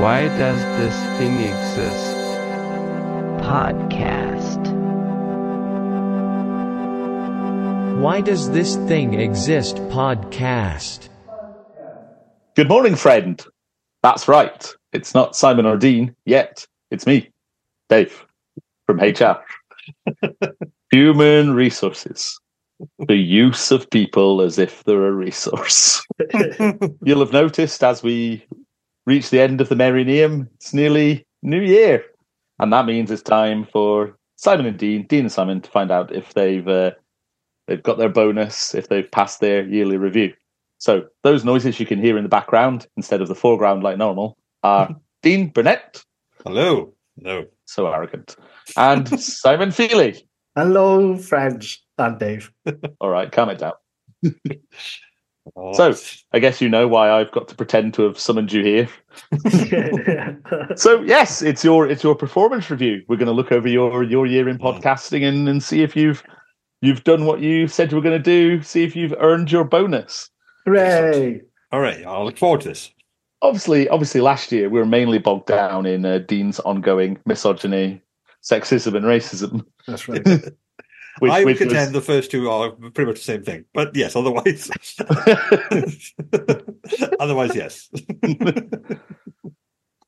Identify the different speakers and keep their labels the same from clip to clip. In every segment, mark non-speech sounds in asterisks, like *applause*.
Speaker 1: Why does this thing exist?
Speaker 2: podcast,
Speaker 3: Why Does This Thing Exist podcast?
Speaker 4: Good morning, friend. That's right. It's not Simon or Dean yet. It's me, Dave, from HR. Human resources. The use of people as if they're a resource. You'll have noticed as we reach the end of the Merrineum, it's nearly New Year. And that means it's time for Simon and Dean, Dean and Simon, to find out if they've uh, they've got their bonus, if they've passed their yearly review. So those noises you can hear in the background instead of the foreground like normal are Dean Burnett,
Speaker 5: Hello. No.
Speaker 4: so arrogant, and Simon Feely.
Speaker 6: Hello, friends. I'm
Speaker 5: *laughs*
Speaker 6: Dave.
Speaker 4: All right, calm it down.
Speaker 5: Oh.
Speaker 4: So- I guess you know why I've got to pretend to have summoned you here. So yes, it's your it's your performance review. We're going to look over your your year
Speaker 5: Hmm.
Speaker 4: in podcasting and, and see if you've you've done what you said you were going to do. See if you've earned your bonus.
Speaker 6: Hooray!
Speaker 5: all right, I'll look forward to this.
Speaker 4: obviously, obviously, last year we were mainly bogged down in uh, Dean's ongoing misogyny, sexism, and racism. *laughs*
Speaker 6: That's
Speaker 5: *laughs*
Speaker 6: right.
Speaker 4: Which,
Speaker 5: I would
Speaker 4: which was-
Speaker 5: contend the first two are pretty much the same thing. But yes, otherwise
Speaker 4: *laughs*
Speaker 5: *laughs* otherwise, yes.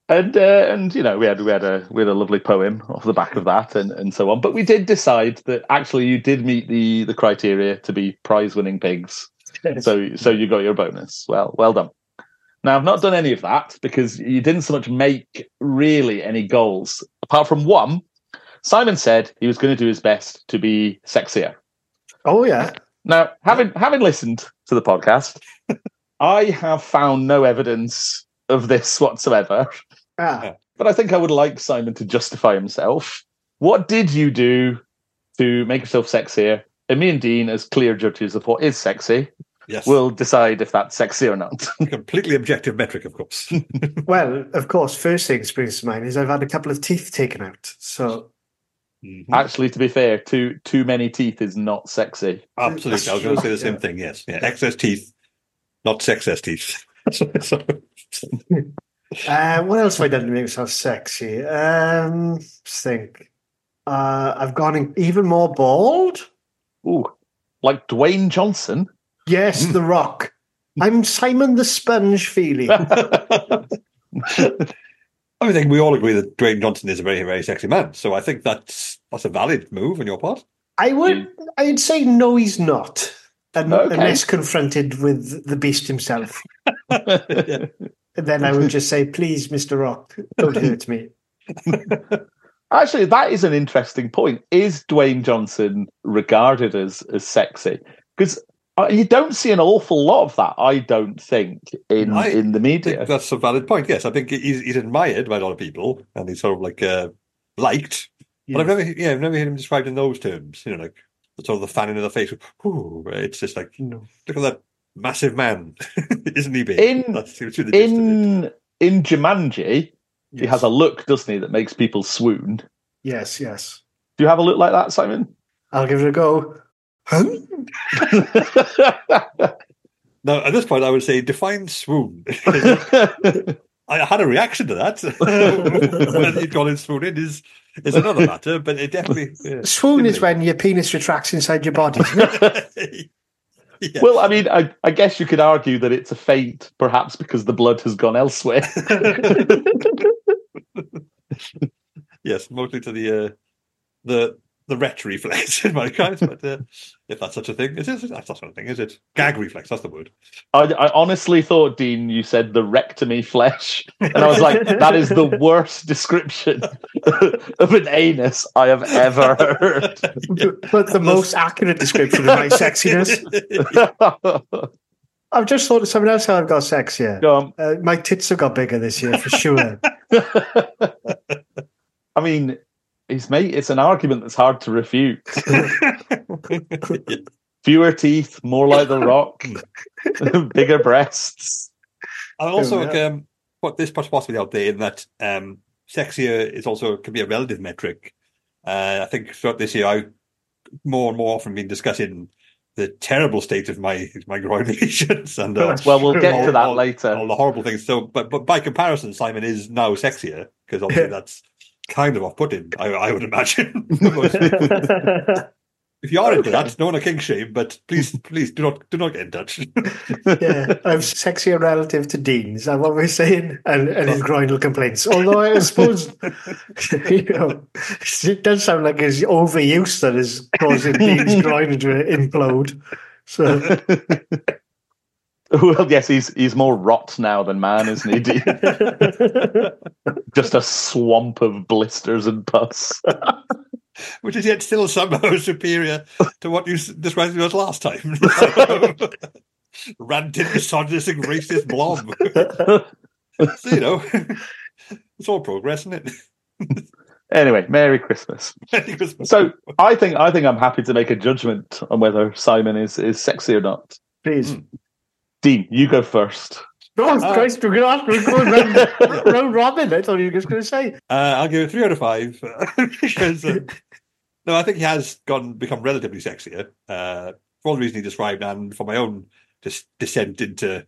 Speaker 4: and uh, and you know we had we had a we had a lovely poem off the back of that and and so on. But we did decide that actually you did meet the the criteria to be prize winning pigs. So so you got your bonus. Well well done. Now I've not done any of that because you didn't so much make really any goals apart from one. Simon said he was going to do his best to be sexier.
Speaker 6: oh yeah.
Speaker 4: Now, having having listened to the podcast, I have found no evidence of this whatsoever.
Speaker 6: Ah,
Speaker 4: But I think I would like Simon to justify himself. What did you do to make yourself sexier? And me and Dean, as clear judges of what is sexy,
Speaker 5: Yes.
Speaker 4: will decide if that's sexy or not.
Speaker 5: completely objective metric, of course.
Speaker 6: well, of course. First thing that springs to mind is I've had a couple of teeth taken out. So
Speaker 5: Mhm.
Speaker 4: Actually, to be fair, too too many teeth is not sexy.
Speaker 5: *laughs* Absolutely. I was gonna say the same
Speaker 6: Yeah.
Speaker 5: thing, yes. Yeah. Excess teeth, not sexess teeth. *laughs* So-
Speaker 6: uh, what else have I done to make myself sexy? Um, just think. Uh, I've gone in even more bald.
Speaker 4: Ooh, like Dwayne Johnson.
Speaker 6: Yes, The Rock. I'm Simon the Sponge Feely.
Speaker 5: I mean, I think we all agree that Dwayne Johnson is a very, very sexy man. So I think that's that's a valid move on your part.
Speaker 6: I would. I'd say no, he's not. Un-
Speaker 4: Okay.
Speaker 6: Unless confronted with the beast himself. then I would just say, please, Mr. Rock, don't
Speaker 4: *laughs*
Speaker 6: hurt me.
Speaker 4: Actually, that is an interesting point. Is Dwayne Johnson regarded as as sexy? Because you don't see an awful lot of that, I don't think, in
Speaker 5: I
Speaker 4: in the
Speaker 5: I think
Speaker 4: media.
Speaker 5: that's a valid point. Yes, I think he's, he's admired by a lot of people, and he's sort of like uh, liked. But I've never, yeah, I've never heard him described in those terms. You know, like the sort of the fanning of the face. Ooh, it's just like
Speaker 6: No.
Speaker 5: look at that massive man, *laughs* isn't he big?
Speaker 4: In-
Speaker 5: that's the gist of it.
Speaker 4: In in Jumanji, he has a look, doesn't he, that makes people swoon.
Speaker 6: Yes, yes.
Speaker 4: Do you have a look like that, Simon?
Speaker 6: I'll give it a go. Huh?
Speaker 5: now at this point, I would say
Speaker 4: *laughs*
Speaker 5: define swoon. *laughs* I had a reaction to that. *laughs* Whether you'd gone in swoon in is is another matter, but it definitely. yeah.
Speaker 6: Swoon is when your penis retracts inside
Speaker 4: *laughs*
Speaker 6: your body.
Speaker 5: *laughs* Yeah.
Speaker 4: well, I mean, I, I guess you could argue that it's a fate, perhaps because the blood has gone
Speaker 5: *laughs*
Speaker 4: elsewhere. *laughs*
Speaker 5: yes, mostly to the uh, the the ret reflex in my case, but uh, if that's such a thing, it is. That's not such a thing, is it? Gag reflex. That's the word.
Speaker 4: I, I honestly thought, Dean, you said the rectomy flesh. And I was like, that is the worst description *laughs* of an anus I have ever heard. *laughs*
Speaker 6: but the most accurate description of my
Speaker 4: *laughs*
Speaker 5: *laughs*
Speaker 6: sexiness. *laughs*
Speaker 4: Go
Speaker 6: I've just thought of something else how I've got sexier.
Speaker 4: on. *laughs*
Speaker 6: Uh, my tits have got bigger this year, for sure.
Speaker 4: I mean, it's, mate, it's an argument that's hard to refute. Fewer teeth, more like the rock, *laughs* bigger breasts.
Speaker 5: I also
Speaker 6: Yeah.
Speaker 5: like, um, put this possibility out there in that um, sexier is also can be a relative metric. Uh, I think throughout this year, I've more and more often been discussing the terrible state of my my groin *laughs* lesions and uh,
Speaker 4: Well, we'll get
Speaker 5: all-
Speaker 4: to that
Speaker 5: all-
Speaker 4: later.
Speaker 5: all the horrible things. So, but but by comparison, Simon is now sexier because obviously that's kind of off-putting. I, I would imagine. if you are into that, no one a king shame, but please please do not do not get in touch.
Speaker 6: yeah, I'm sexier relative to Dean. Is that what we're saying? And, and his groinal complaints. Although I suppose, *laughs* you know, it does sound like his overuse that is causing
Speaker 4: *laughs*
Speaker 6: Dean's groin to implode. So,
Speaker 4: *laughs* well, yes, he's he's more rot now than man, isn't he? Dean? *laughs* Just a swamp of blisters and pus. *laughs*
Speaker 5: Which is yet still somehow *laughs* superior to what you s- described to us last time. *laughs* Ranting, misogynistic, racist blob. *laughs* so, you know, *laughs* it's all progress, isn't it? *laughs*
Speaker 4: Anyway, Merry Christmas.
Speaker 5: Merry Christmas.
Speaker 4: So I think I think I'm happy to make a judgment on whether Simon is is sexy or not.
Speaker 6: please.
Speaker 4: Dean, you go first.
Speaker 6: Oh,
Speaker 5: Uh,
Speaker 6: Christ, we're going to we're going round, round robin. I thought you were just going to say.
Speaker 5: Uh, I'll give it three out of five *laughs* because uh, no, I think he has gone become relatively sexier uh, for all the reasons he described, and for my own dis- descent into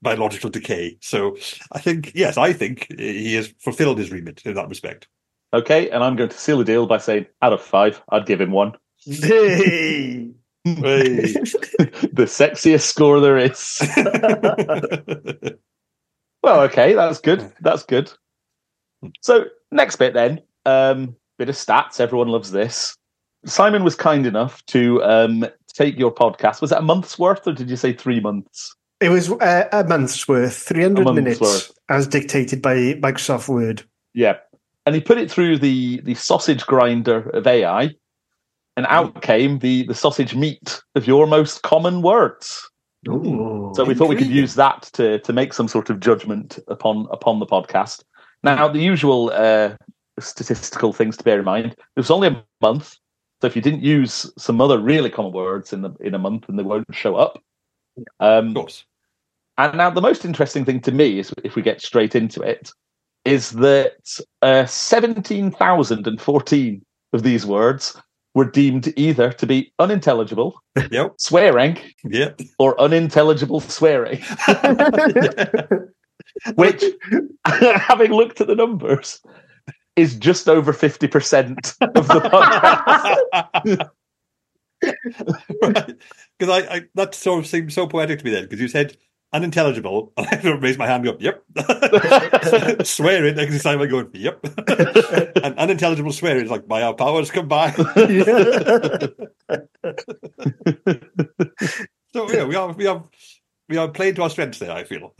Speaker 5: biological decay. So I think, yes, I think he has fulfilled his remit in that respect.
Speaker 4: Okay, and I'm going to seal the deal by saying out of five, I'd give him one. *laughs*
Speaker 6: Hey.
Speaker 5: Hey.
Speaker 4: the sexiest score there
Speaker 5: *laughs*
Speaker 4: is. Well, okay, that's good. That's good. So next bit then, um, bit of stats. Everyone loves this. Simon was kind enough to um, take your podcast. Was that a month's worth, or did you say three months?
Speaker 6: It was uh, a month's worth, 300
Speaker 4: A month's
Speaker 6: minutes,
Speaker 4: worth.
Speaker 6: as dictated by Microsoft Word.
Speaker 4: Yeah, and he put it through the the sausage grinder of AI, and out came the the sausage meat of your most common words.
Speaker 6: Ooh.
Speaker 4: So we thought we could
Speaker 5: Intriguing.
Speaker 4: use that to to make some sort of judgment upon upon the podcast. Now the usual uh, statistical things to bear in mind: it was only a month, so if you didn't use some other really common words in the in a month, then they won't show up.
Speaker 5: of
Speaker 4: Um,
Speaker 5: course.
Speaker 4: and now the most interesting thing to me is, if we get straight into it, is that uh, seventeen thousand and fourteen of these words were deemed either to be unintelligible,
Speaker 5: Yep.
Speaker 4: swearing,
Speaker 5: Yeah. *laughs*
Speaker 4: or unintelligible swearing. which, *laughs* having looked at the numbers, is just over 50% of the
Speaker 5: *laughs*
Speaker 4: podcast.
Speaker 5: Because I, I that sort of seemed so poetic to me then. Because you said unintelligible, *laughs* and I raised my hand. and Go, yep. *laughs* swearing, I can see I'm going, yep. *laughs* and unintelligible swearing is like by *laughs* our powers combined. so yeah, we are we are we are playing to our strengths there. I feel.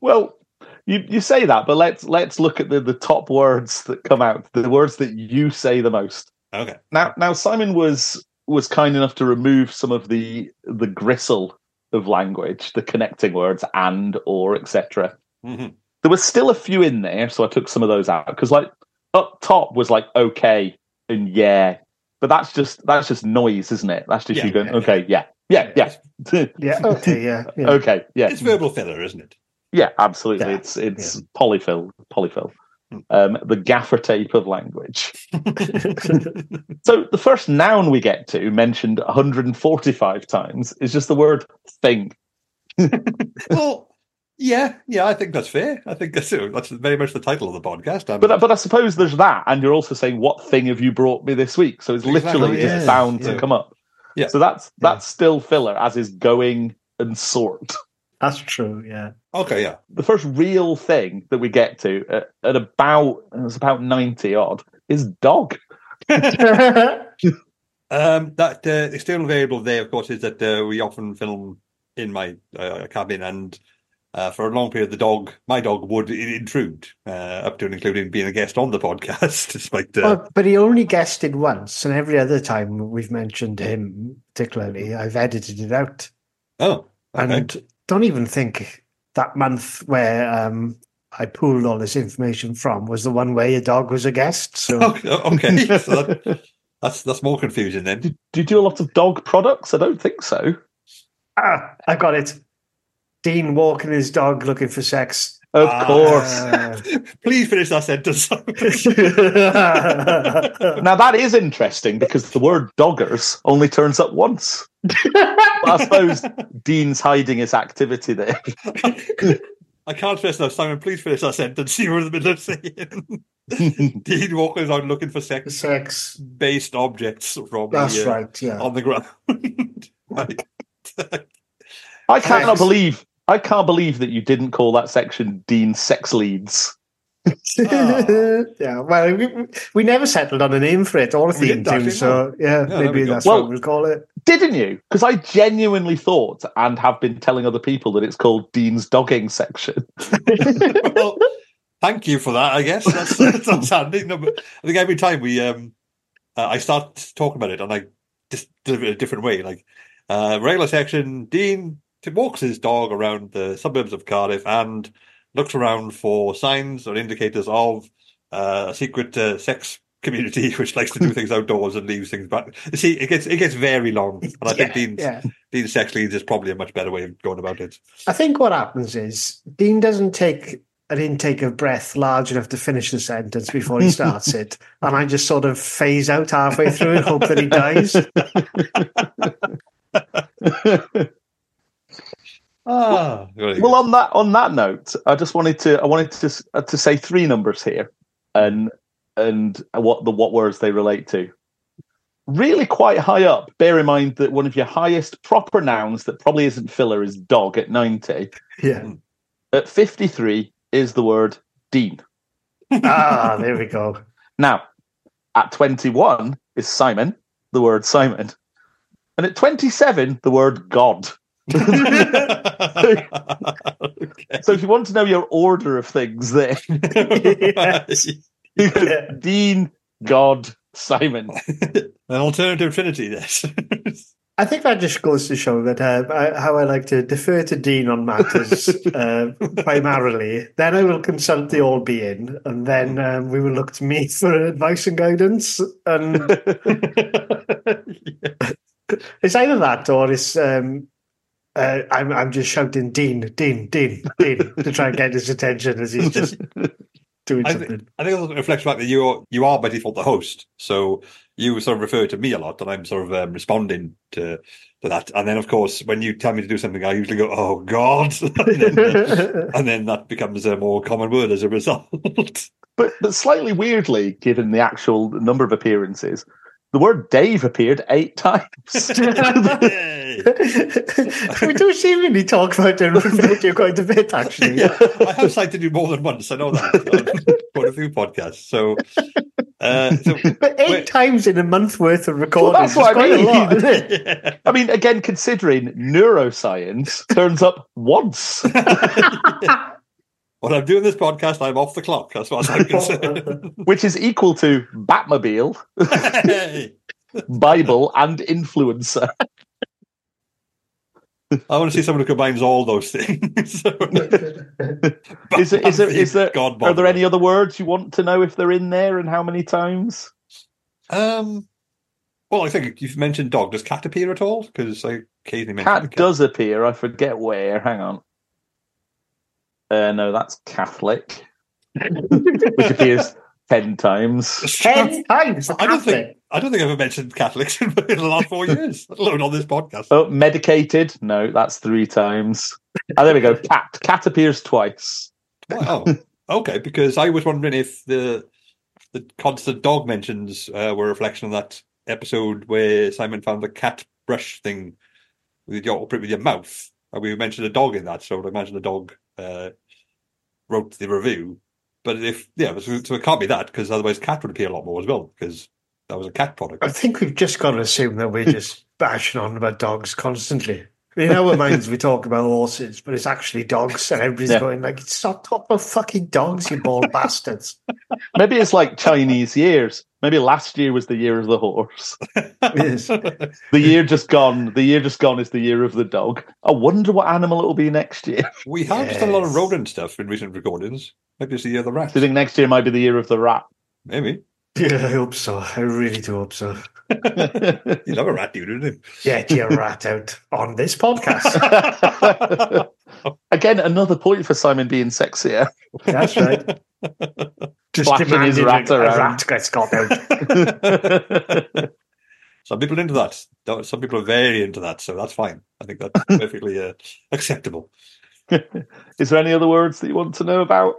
Speaker 4: well, you, you say that, but let's let's look at the, the top words that come out, the words that you say the most.
Speaker 5: Okay.
Speaker 4: Now now Simon was was kind enough to remove some of the the gristle of language, the connecting words and or etc.
Speaker 5: Mhm.
Speaker 4: there were still a few in there, so I took some of those out because like up top was like okay and yeah, but that's just that's just noise, isn't it? That's just
Speaker 5: Yeah,
Speaker 4: you going
Speaker 5: yeah,
Speaker 4: okay, yeah, yeah, yeah,
Speaker 5: *laughs*
Speaker 6: yeah, okay, yeah. yeah.
Speaker 4: okay, yeah,
Speaker 5: It's verbal filler, isn't it?
Speaker 4: yeah, absolutely.
Speaker 6: Yeah,
Speaker 4: It's it's polyfill, polyfill,
Speaker 5: Mm.
Speaker 4: um, the gaffer tape of language. so the first noun we get to mentioned 145 times is just the word thing.
Speaker 5: well, yeah, yeah. I think that's fair. I think that's that's very much the title of the podcast. and-
Speaker 4: But I- but I suppose there's that, and you're also saying what thing have you brought me this week? So it's
Speaker 5: Exactly,
Speaker 4: literally
Speaker 6: yeah,
Speaker 4: just bound
Speaker 5: yeah.
Speaker 4: to come up.
Speaker 5: Yeah.
Speaker 4: So that's that's still filler, as is going and sort.
Speaker 6: *laughs*
Speaker 4: *laughs*
Speaker 6: That's true, yeah.
Speaker 5: okay, yeah.
Speaker 4: The first real thing that we get to at, at about it was about ninety odd is dog. *laughs*
Speaker 5: Um, that uh, external variable there, of course, is that uh, we often film in my uh, cabin, and uh, for a long period, the dog, my dog, would i- intrude, uh, up to and including being a guest on the podcast, *laughs* despite. Uh,
Speaker 6: Well, but he only guessed it once, and every other time we've mentioned him particularly, I've edited it out.
Speaker 5: oh, okay.
Speaker 4: *laughs*
Speaker 6: And don't even think that month where um, I pulled all this information from was the one where your dog was a guest.
Speaker 5: *laughs*
Speaker 6: So *laughs*
Speaker 4: *laughs*
Speaker 5: okay, okay. so that, that's that's more confusing then.
Speaker 4: Do you do a lot of dog products? I don't think so.
Speaker 6: ah, I got it. Dean walking his dog looking for sex. Uh,
Speaker 4: Of course.
Speaker 5: Please finish
Speaker 4: *laughs*
Speaker 5: that sentence. *laughs*
Speaker 4: Now that is interesting because the word doggers only turns up
Speaker 5: *laughs*
Speaker 4: once. I suppose Dean's hiding his activity
Speaker 5: *laughs*
Speaker 4: there.
Speaker 5: I can't stress enough, Simon. Please finish that sentence. *laughs* You were in the middle of saying Dean Walker is out looking
Speaker 6: *laughs*
Speaker 5: for
Speaker 6: Sex.
Speaker 5: sex-based objects from
Speaker 6: That's
Speaker 5: the, uh,
Speaker 6: right. Yeah.
Speaker 5: on the ground. *laughs* Right.
Speaker 4: I cannot
Speaker 6: Thanks.
Speaker 4: believe I can't believe that you didn't call that section Dean's sex leads.
Speaker 5: Ah.
Speaker 6: *laughs* yeah. Well, we, we never settled on a name for it or a
Speaker 5: We
Speaker 6: theme
Speaker 5: didn't actually,
Speaker 6: tune, so yeah,
Speaker 5: there
Speaker 6: maybe
Speaker 5: we go.
Speaker 6: that's
Speaker 4: Well-
Speaker 6: what we'll call it.
Speaker 4: Didn't you? Because I genuinely thought and have been telling other people that it's called Dean's dogging section. *laughs*
Speaker 5: well, thank you for that. I guess that's *laughs* that's, that's handy. No, but I think every time we um, uh, I start talking about it and I just deliver it a different way. Like uh, regular section, Dean t- walks his dog around the suburbs of Cardiff and looks around for signs or indicators of uh, a secret uh, sex community *laughs* which likes to do things outdoors and leaves things back. You See, it gets it gets very long, and I think Dean's
Speaker 6: Yeah.
Speaker 5: Dean's sex leads is probably a much better way of going about it.
Speaker 6: I think what happens is Dean doesn't take an intake of breath large enough to finish the sentence before he starts it, and I just sort of phase out halfway through and hope that he
Speaker 5: *laughs*
Speaker 6: dies.
Speaker 5: Ah, very
Speaker 4: Well, on that on that note, I just wanted to I wanted to s- uh, to say three numbers here, and and what the what words they relate to. Really, quite high up. Bear in mind that one of your highest proper nouns that probably isn't filler is dog at ninety.
Speaker 6: Yeah.
Speaker 4: At fifty three is the word dean.
Speaker 6: Ah, there we go.
Speaker 4: Now, at twenty one is Simon, the word Simon, and at twenty seven the word God.
Speaker 5: okay.
Speaker 4: So if you want to know your order of things, there *laughs*
Speaker 6: Yes.
Speaker 4: you could Dean, God, Simon.
Speaker 5: *laughs* An alternative trinity, this.
Speaker 6: I think that just goes to show that uh, I, how I like to defer to Dean on
Speaker 5: *laughs*
Speaker 6: matters uh, primarily. Then I will consult the all being, and then um, we will look to me *laughs* for advice and guidance.
Speaker 5: *laughs*
Speaker 6: And it's either that or it's um, uh, I'm I'm just shouting Dean, Dean, Dean, Dean to try and get his attention as he's
Speaker 5: *laughs*
Speaker 6: just doing
Speaker 5: I thi-
Speaker 6: something.
Speaker 5: *laughs* I think it reflects back that you are, you are by default the host, so you sort of refer to me a lot, and I'm sort of um, responding to to that. And then, of course, when you tell me to do something, I usually go, "Oh God," *laughs* and then, uh, and then that becomes a more common word as a result. *laughs*
Speaker 4: But but slightly weirdly, given the actual number of appearances, the word Dave appeared eight times.
Speaker 5: Yay.
Speaker 6: *laughs* we do seemingly talk about him in video quite a bit,
Speaker 5: *laughs*
Speaker 6: actually.
Speaker 4: Yeah.
Speaker 5: I have cited you more than once. I know that on quite a few podcasts. So, uh,
Speaker 6: *laughs*
Speaker 5: so
Speaker 6: But eight
Speaker 5: Wait.
Speaker 6: times in a month worth of recording.
Speaker 4: that's what
Speaker 6: is
Speaker 4: I
Speaker 6: quite
Speaker 4: mean.
Speaker 6: A lot, isn't *laughs* it?
Speaker 5: *laughs* yeah.
Speaker 4: I mean, again, considering neuroscience turns up once.
Speaker 5: when I'm doing this podcast, I'm off the clock. That's what I'm concerned.
Speaker 4: Which is equal to Batmobile,
Speaker 5: Hey.
Speaker 4: Bible, and influencer.
Speaker 5: I want to see someone who combines all those things. *laughs* So-
Speaker 4: Is there, is there, is there,
Speaker 5: God
Speaker 4: are there
Speaker 5: bother.
Speaker 4: any other words you want to know if they're in there and how many times?
Speaker 5: Um, well, I think you've mentioned dog. Does cat appear at all? Because I occasionally mention
Speaker 4: Cat does appear. I forget where. Hang on. Uh, no, that's Catholic, *laughs* which appears ten times.
Speaker 6: Ten times.
Speaker 5: *laughs* I don't think I don't think I've ever mentioned Catholics *laughs* in the last four years, let alone on this podcast.
Speaker 4: Oh, medicated. No, that's three times. Oh, there we go. Cat. Cat appears twice.
Speaker 6: *laughs*
Speaker 5: Wow. okay, because I was wondering if the the constant dog mentions uh, were a reflection of that episode where Simon found the cat brush thing with your with your mouth, and we mentioned a dog in that. So I would imagine the dog uh, wrote the review. But if yeah, so, so it can't be that because otherwise cat would appear a lot more as well because that was a cat
Speaker 6: I
Speaker 5: product.
Speaker 6: think we've just got to assume that we're *laughs* just bashing on about dogs constantly. In our minds, we talk about horses, but it's actually dogs, and everybody's
Speaker 4: Yeah.
Speaker 6: going like, "Stop talking about fucking dogs, you bald bastards!"
Speaker 4: Maybe it's like Chinese years. Maybe last year was the year of the horse.
Speaker 6: *laughs* Yes.
Speaker 4: The year just gone. The year just gone is the year of the dog. I wonder what animal it'll be next year.
Speaker 5: *laughs*
Speaker 4: *laughs*
Speaker 5: we have just done a lot of
Speaker 6: Yes.
Speaker 5: rodent stuff in recent recordings. Maybe it's the year of the rat.
Speaker 4: Do you think next year might be the year of the rat? *laughs*
Speaker 5: Maybe
Speaker 6: *laughs* Yeah, I hope so. I really do hope so.
Speaker 5: you love a rat, dude, didn't you?
Speaker 6: Get your rat out on this podcast.
Speaker 4: *laughs* Again, another point for Simon being sexier. *laughs*
Speaker 6: That's right. *laughs* Just
Speaker 4: Flashing his
Speaker 6: demanding a,
Speaker 4: rat
Speaker 6: a
Speaker 4: around.
Speaker 6: rat gets got *laughs* out.
Speaker 5: *laughs* Some people are into that. No, Some people are very into that, so that's fine. I think
Speaker 6: *laughs*
Speaker 5: that's perfectly uh, acceptable.
Speaker 4: Is there any other words that you want to know about?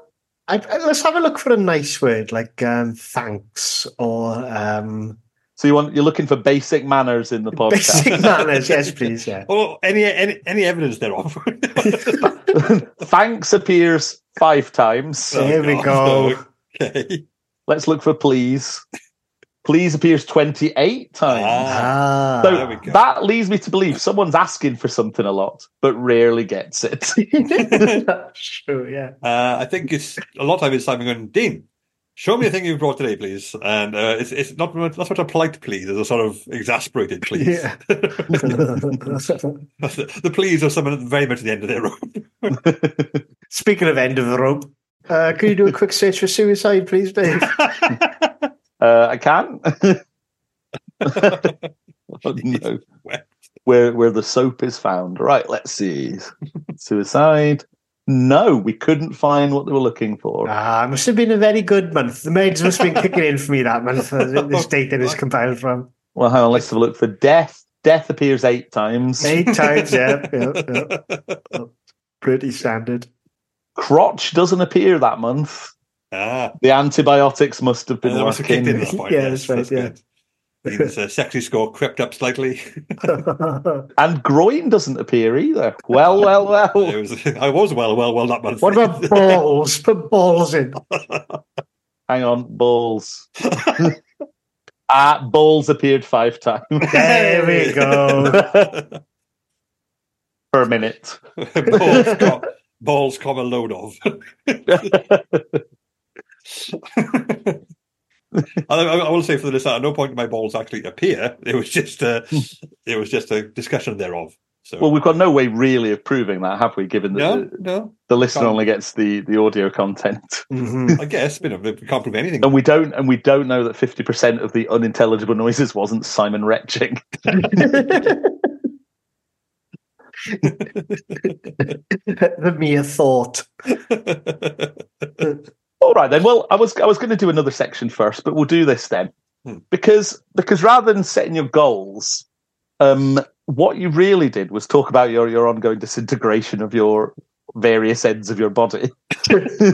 Speaker 6: I, I- let's have a look for a nice word like um, thanks or um,
Speaker 4: So you want you're looking for basic manners
Speaker 5: *laughs*
Speaker 4: in the podcast.
Speaker 6: basic manners. Yes, please. Yeah.
Speaker 5: Or Oh, any any, any evidence *laughs* thereof.
Speaker 6: *laughs*
Speaker 4: Thanks appears five times.
Speaker 6: There we go.
Speaker 5: Okay.
Speaker 4: Let's look for please. Please appears 28 times.
Speaker 5: Ah,
Speaker 6: Ah,
Speaker 4: so
Speaker 5: there we go.
Speaker 4: that leads me to believe someone's asking for something a lot, but rarely gets it.
Speaker 5: *laughs*
Speaker 6: that's true. Yeah. *laughs*
Speaker 5: uh, I think it's a lot of time is Simon going, Dean, show me a thing you've brought today, please. And uh, it's it's not not such a polite please, it's a sort of
Speaker 6: *laughs*
Speaker 5: exasperated please. *laughs*
Speaker 6: Yeah.
Speaker 5: the, the pleas of someone very much at the end of their rope.
Speaker 6: Speaking of end of the rope, uh, can you do a quick search for suicide, please, Dave?
Speaker 4: Uh, I
Speaker 6: *laughs*
Speaker 4: can. oh, no. Where where the soap is found. Right, let's
Speaker 6: *laughs*
Speaker 4: see. Suicide. No, we couldn't find what they were looking for.
Speaker 6: Ah, it must have been a very good month. The maids must have been kicking in for me that month. uh, This data is compiled from
Speaker 4: Well, hang on, let's have a look for death. Death appears eight times.
Speaker 6: eight times. Yeah, yeah, yeah. pretty standard. *laughs*
Speaker 4: Crotch doesn't appear that month.
Speaker 5: *laughs* ah,
Speaker 4: The antibiotics must have been
Speaker 5: there was a kick in
Speaker 4: working.
Speaker 5: at that point.
Speaker 6: Yeah, that's right,
Speaker 5: good. Dean's uh, sexy score crept
Speaker 6: *laughs*
Speaker 5: up slightly.
Speaker 6: what
Speaker 4: And groin doesn't appear either.
Speaker 6: *laughs*
Speaker 4: Well, well,
Speaker 5: *laughs* It
Speaker 4: well.
Speaker 5: was, I was well, well, well that month.
Speaker 6: Oh.
Speaker 5: *laughs*
Speaker 6: about balls? Put balls in.
Speaker 4: Hang on,
Speaker 6: *laughs*
Speaker 4: balls. *laughs* ah, balls appeared five
Speaker 6: *laughs*
Speaker 4: times
Speaker 6: There we
Speaker 5: *laughs*
Speaker 6: go.
Speaker 5: go.
Speaker 4: for a minute.
Speaker 5: *laughs* balls, com- balls, comma, load of. *laughs* I, I will say for the listener, at no point did my balls actually appear. It was just a, it was just a discussion thereof. So
Speaker 4: Well, we've got no way really of proving that, have we? Given that
Speaker 5: no,
Speaker 4: the,
Speaker 5: no,
Speaker 4: the listener
Speaker 5: Can't.
Speaker 4: only gets the, the audio content, *laughs*
Speaker 6: Mhm.
Speaker 5: I guess you know we can't prove anything.
Speaker 4: and we don't and we don't know that fifty percent of the unintelligible noises wasn't Simon retching. *laughs*
Speaker 6: the mere thought.
Speaker 4: All right then. Well, I was I was going to do another section first, but we'll do this then
Speaker 5: Hmm.
Speaker 4: because because rather than setting your goals, um, what you really did was talk about your your ongoing disintegration of your various ends of your body.
Speaker 5: *laughs*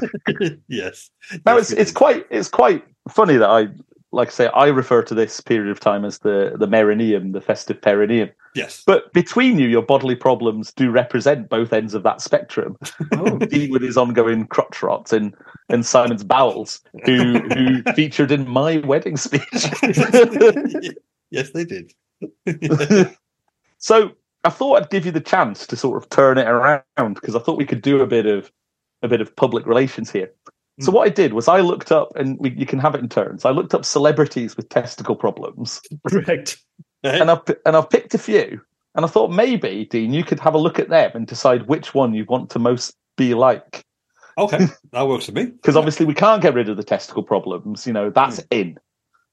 Speaker 5: yes.
Speaker 4: Now it's
Speaker 5: Yes, we
Speaker 4: it's
Speaker 5: did.
Speaker 4: quite it's quite funny that I like I say I refer to this period of time as the the perineum, the festive perineum.
Speaker 5: yes.
Speaker 4: But between you, your bodily problems do represent both ends of that spectrum. Dean
Speaker 5: *laughs*
Speaker 4: with his ongoing crotch rot and and Simon's bowels, who who featured in my wedding speech.
Speaker 5: yes, they did.
Speaker 4: so I thought I'd give you the chance to sort of turn it around because I thought we could do a bit of a bit of public relations here. So
Speaker 6: Hmm.
Speaker 5: Mm.
Speaker 4: what I did was I looked up, and we, you can have it in turns. I looked up celebrities with testicle problems,
Speaker 6: Right.
Speaker 5: Eh?
Speaker 4: and I've pi- and I've picked a few, and I thought maybe Dean, you could have a look at them and decide which one you want to most be like.
Speaker 5: okay, that works for me. *laughs*
Speaker 4: Because obviously we can't get rid of the testicle problems. You know that's in,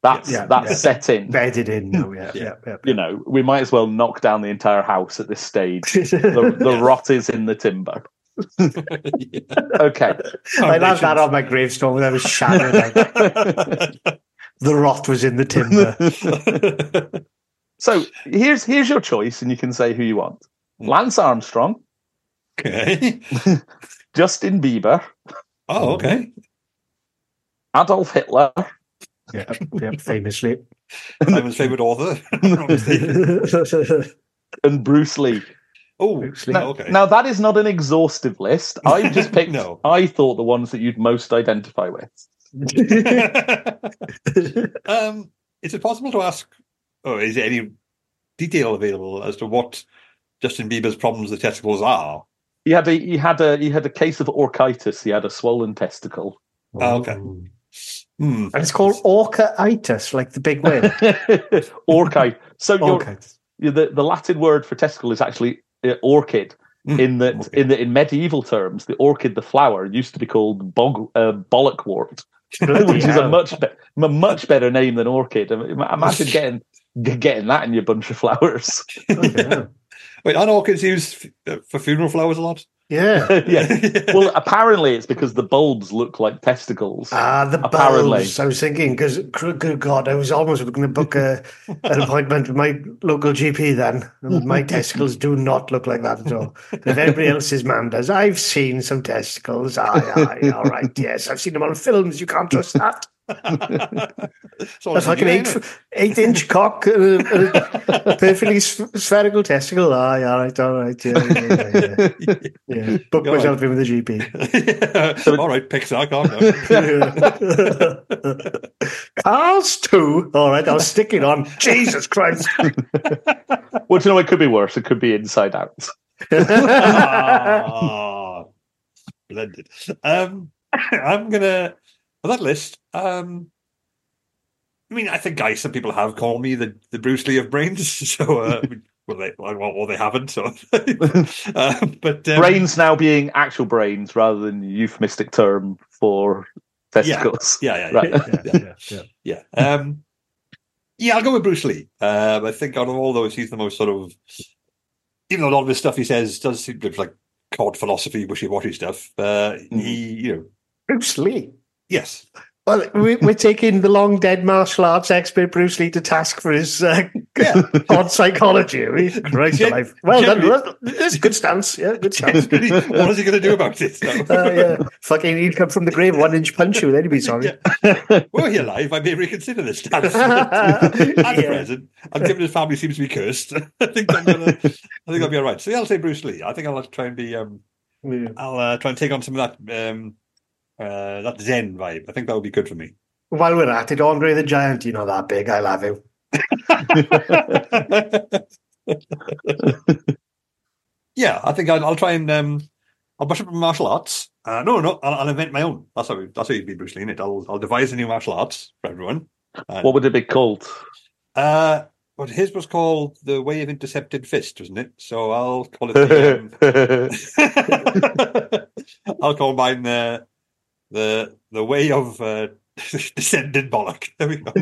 Speaker 4: that's
Speaker 6: Hmm. Yeah,
Speaker 4: that's
Speaker 6: yeah.
Speaker 4: set in.
Speaker 6: Bedded in now, yeah. yeah. yeah,
Speaker 4: You know we might as well knock down the entire house at this stage. The,
Speaker 6: *laughs* yeah.
Speaker 4: the rot is in the timber. Okay.
Speaker 6: I'd have that on my gravestone when I was shattered. Like, *laughs* the rot was in the *laughs* timber.
Speaker 4: So here's here's your choice, and you can say who you want: Lance Armstrong,
Speaker 5: *laughs* okay.
Speaker 4: Justin Bieber,
Speaker 5: Oh, okay.
Speaker 4: Adolf Hitler,
Speaker 6: yeah, yeah, famously.
Speaker 5: Simon's favourite author. *laughs* Obviously.
Speaker 4: and Bruce Lee.
Speaker 5: oh,
Speaker 6: Bruce Lee.
Speaker 5: no, okay.
Speaker 4: Now that is not an exhaustive list.
Speaker 5: *laughs*
Speaker 4: I just picked.
Speaker 5: No.
Speaker 4: I thought the ones that you'd most identify with.
Speaker 5: *laughs* um, is it possible to ask, or is there any detail available as to what Justin Bieber's problems with testicles are?
Speaker 4: He had a he had a he had a case of orchitis. He had a swollen
Speaker 5: *laughs*
Speaker 4: testicle.
Speaker 5: okay. Hmm.
Speaker 6: And it's called orcaitis, like the big *laughs* whale.
Speaker 4: Orchite. So your
Speaker 6: Orcaitis.
Speaker 4: Yeah, the, the Latin word for testicle is actually uh, orchid.
Speaker 5: Mm,
Speaker 4: in that,
Speaker 5: okay.
Speaker 4: in that, in medieval terms, the orchid, the flower, used to be called bog, uh, bollickwort, which is a much be- a much better name than orchid. I mean, Imagine getting g- getting that in your bunch of flowers. *laughs*
Speaker 6: much.
Speaker 5: Wait, aren't orchids used f- uh, for funeral flowers a lot?
Speaker 6: Yeah.
Speaker 5: *laughs*
Speaker 4: yeah. Well, apparently it's because the bulbs look like testicles.
Speaker 6: Ah, the
Speaker 4: Apparently.
Speaker 6: bulbs. I was thinking because, good God, I was almost going to book a,
Speaker 5: *laughs*
Speaker 6: an appointment with my local GP. Then my testicles do not look like that at all. If everybody else's man does, I've seen some testicles. Aye, aye, all right, yes, I've seen them on films. You can't trust
Speaker 5: *laughs*
Speaker 6: that.
Speaker 5: It's all
Speaker 6: That's
Speaker 5: in
Speaker 6: like
Speaker 5: the
Speaker 6: an
Speaker 5: year,
Speaker 6: eight,
Speaker 5: *laughs* innit?
Speaker 6: eight inch cock, and a, a perfectly s- spherical testicle. Aye, all right, all right, yeah, yeah, yeah, yeah.
Speaker 5: *laughs*
Speaker 6: yeah. Book
Speaker 5: Go on.
Speaker 6: myself in with a GP.
Speaker 5: All right, Pixar, calm down.
Speaker 6: *laughs* Cars two. All right, I'll stick it on. *laughs* Jesus Christ.
Speaker 4: Well, do you know, it could be worse. It could be inside out.
Speaker 5: Ah, Splendid. Um, I'm gonna on that list. Um, I mean, I think I some people have called me the, the Bruce Lee of brains. *laughs* So, uh, well, they well, or they haven't. So, *laughs* um, but um,
Speaker 4: brains now being actual brains rather than euphemistic term for testicles.
Speaker 5: Yeah, yeah,
Speaker 4: Right.
Speaker 5: yeah, yeah, yeah, yeah, yeah. Um, yeah, I'll go with Bruce Lee. Um, I think out of all those, he's the most sort of, even though a lot of his stuff he says does seem to be like cod philosophy, wishy-washy stuff. Uh, He, you know,
Speaker 6: Bruce Lee.
Speaker 5: yes,
Speaker 6: Well, we, we're taking the long dead martial arts expert Bruce Lee to task for his uh, *laughs* odd psychology. *laughs* Are we? Christ
Speaker 5: Yeah.
Speaker 6: alive. Well done.
Speaker 5: Yeah.
Speaker 6: Well, That's a good stance. Yeah, good
Speaker 5: *laughs*
Speaker 6: stance. *laughs*
Speaker 5: what is he going to do about it?
Speaker 6: Uh,
Speaker 5: *laughs*
Speaker 6: yeah. Fucking, he'd come from the grave, one inch punch you, then he'd be *laughs* sorry.
Speaker 5: Were he alive, I may reconsider this
Speaker 6: *laughs*
Speaker 5: stance.
Speaker 6: Yeah.
Speaker 5: At present, and given his family seems to be cursed, *laughs* I think I'm gonna, I think I'll be all right. So yeah, I'll say Bruce Lee. I think I'll have to try and be um,
Speaker 6: Yeah.
Speaker 5: I'll uh, try and take on some of that um, uh, that Zen vibe. I think that would be good for me. *laughs*
Speaker 6: While we're at it, Andre the Giant, you know that big. I love him.
Speaker 5: yeah, I think I'll, I'll try and um, I'll brush up on martial arts. Uh, no, no, I'll, I'll invent my own. That's how we, that's how you'd be Bruce Lee. It. I'll I'll devise a new martial arts for everyone. And,
Speaker 4: What would it be called?
Speaker 5: uh, but his was called the Way of Intercepted Fist, wasn't it? So I'll call it. The, um, I'll call mine the the the way of uh, *laughs* descended bollock. There we go.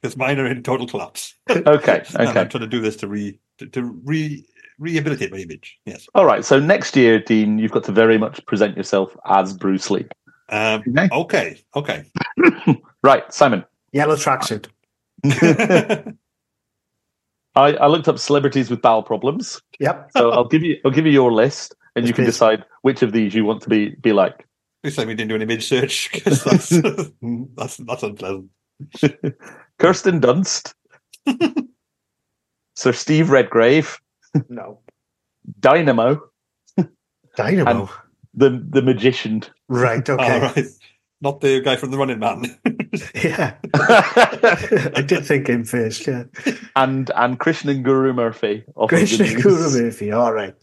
Speaker 5: Because mine are in total collapse.
Speaker 4: okay,
Speaker 5: And I'm
Speaker 4: okay.
Speaker 5: trying to do this to re to, to re rehabilitate my image. Yes.
Speaker 4: All right. So next year, Dean, you've got to very much present yourself as Bruce Lee.
Speaker 5: Um, okay. Okay. *laughs*
Speaker 4: Right, Simon.
Speaker 6: Yellow tracksuit.
Speaker 4: I, I looked up celebrities with bowel problems,
Speaker 6: Yep.
Speaker 4: so I'll give you I'll give you your list, and you
Speaker 6: Yes,
Speaker 4: can
Speaker 6: please.
Speaker 4: decide which of these you want to be be like.
Speaker 5: This time we didn't do an image search 'cause that's, *laughs* that's that's unpleasant.
Speaker 4: Kirsten
Speaker 6: *laughs*
Speaker 4: Dunst, Sir Steve Redgrave,
Speaker 6: No.
Speaker 4: Dynamo,
Speaker 6: Dynamo.
Speaker 4: and the the
Speaker 6: *laughs*
Speaker 4: magician.
Speaker 6: Right. Okay.
Speaker 5: All right. Not the guy from the Running Man. *laughs*
Speaker 4: *laughs*
Speaker 6: Yeah. I did think him first. Yeah.
Speaker 4: and and Krishnan Guru Murphy. off of the
Speaker 6: Krishna
Speaker 4: news.
Speaker 6: Guru Murphy. All right.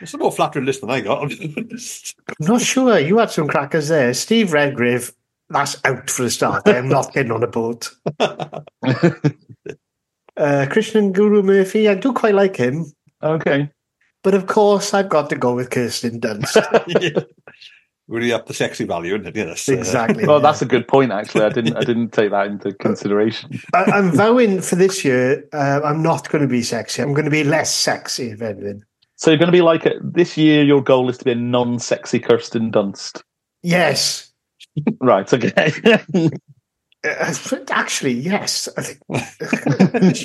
Speaker 5: it's a more flattering list than I got. I'm just-
Speaker 6: I'm not sure. You had some crackers there. Steve Redgrave. That's out for a start. I am not getting on
Speaker 4: *laughs*
Speaker 6: a boat. Uh, Krishnan Guru Murphy. I do quite like him.
Speaker 4: Okay.
Speaker 6: But of course, I've got to go with
Speaker 4: *laughs*
Speaker 6: Kirsten Dunst.
Speaker 5: *laughs* yeah. Really up the sexy value, isn't it? Yeah, that's, uh,
Speaker 6: exactly.
Speaker 4: Well, that's a good point. Actually, I didn't I didn't take that into consideration.
Speaker 6: I, I'm vowing for this year. Uh, I'm not going to be sexy. I'm going to be less sexy, if anything.
Speaker 4: So you're going to be like a, this year. Your goal is to be a non-sexy Kirsten Dunst.
Speaker 6: Yes.
Speaker 4: Right. Okay.
Speaker 6: Uh, actually, yes. I think,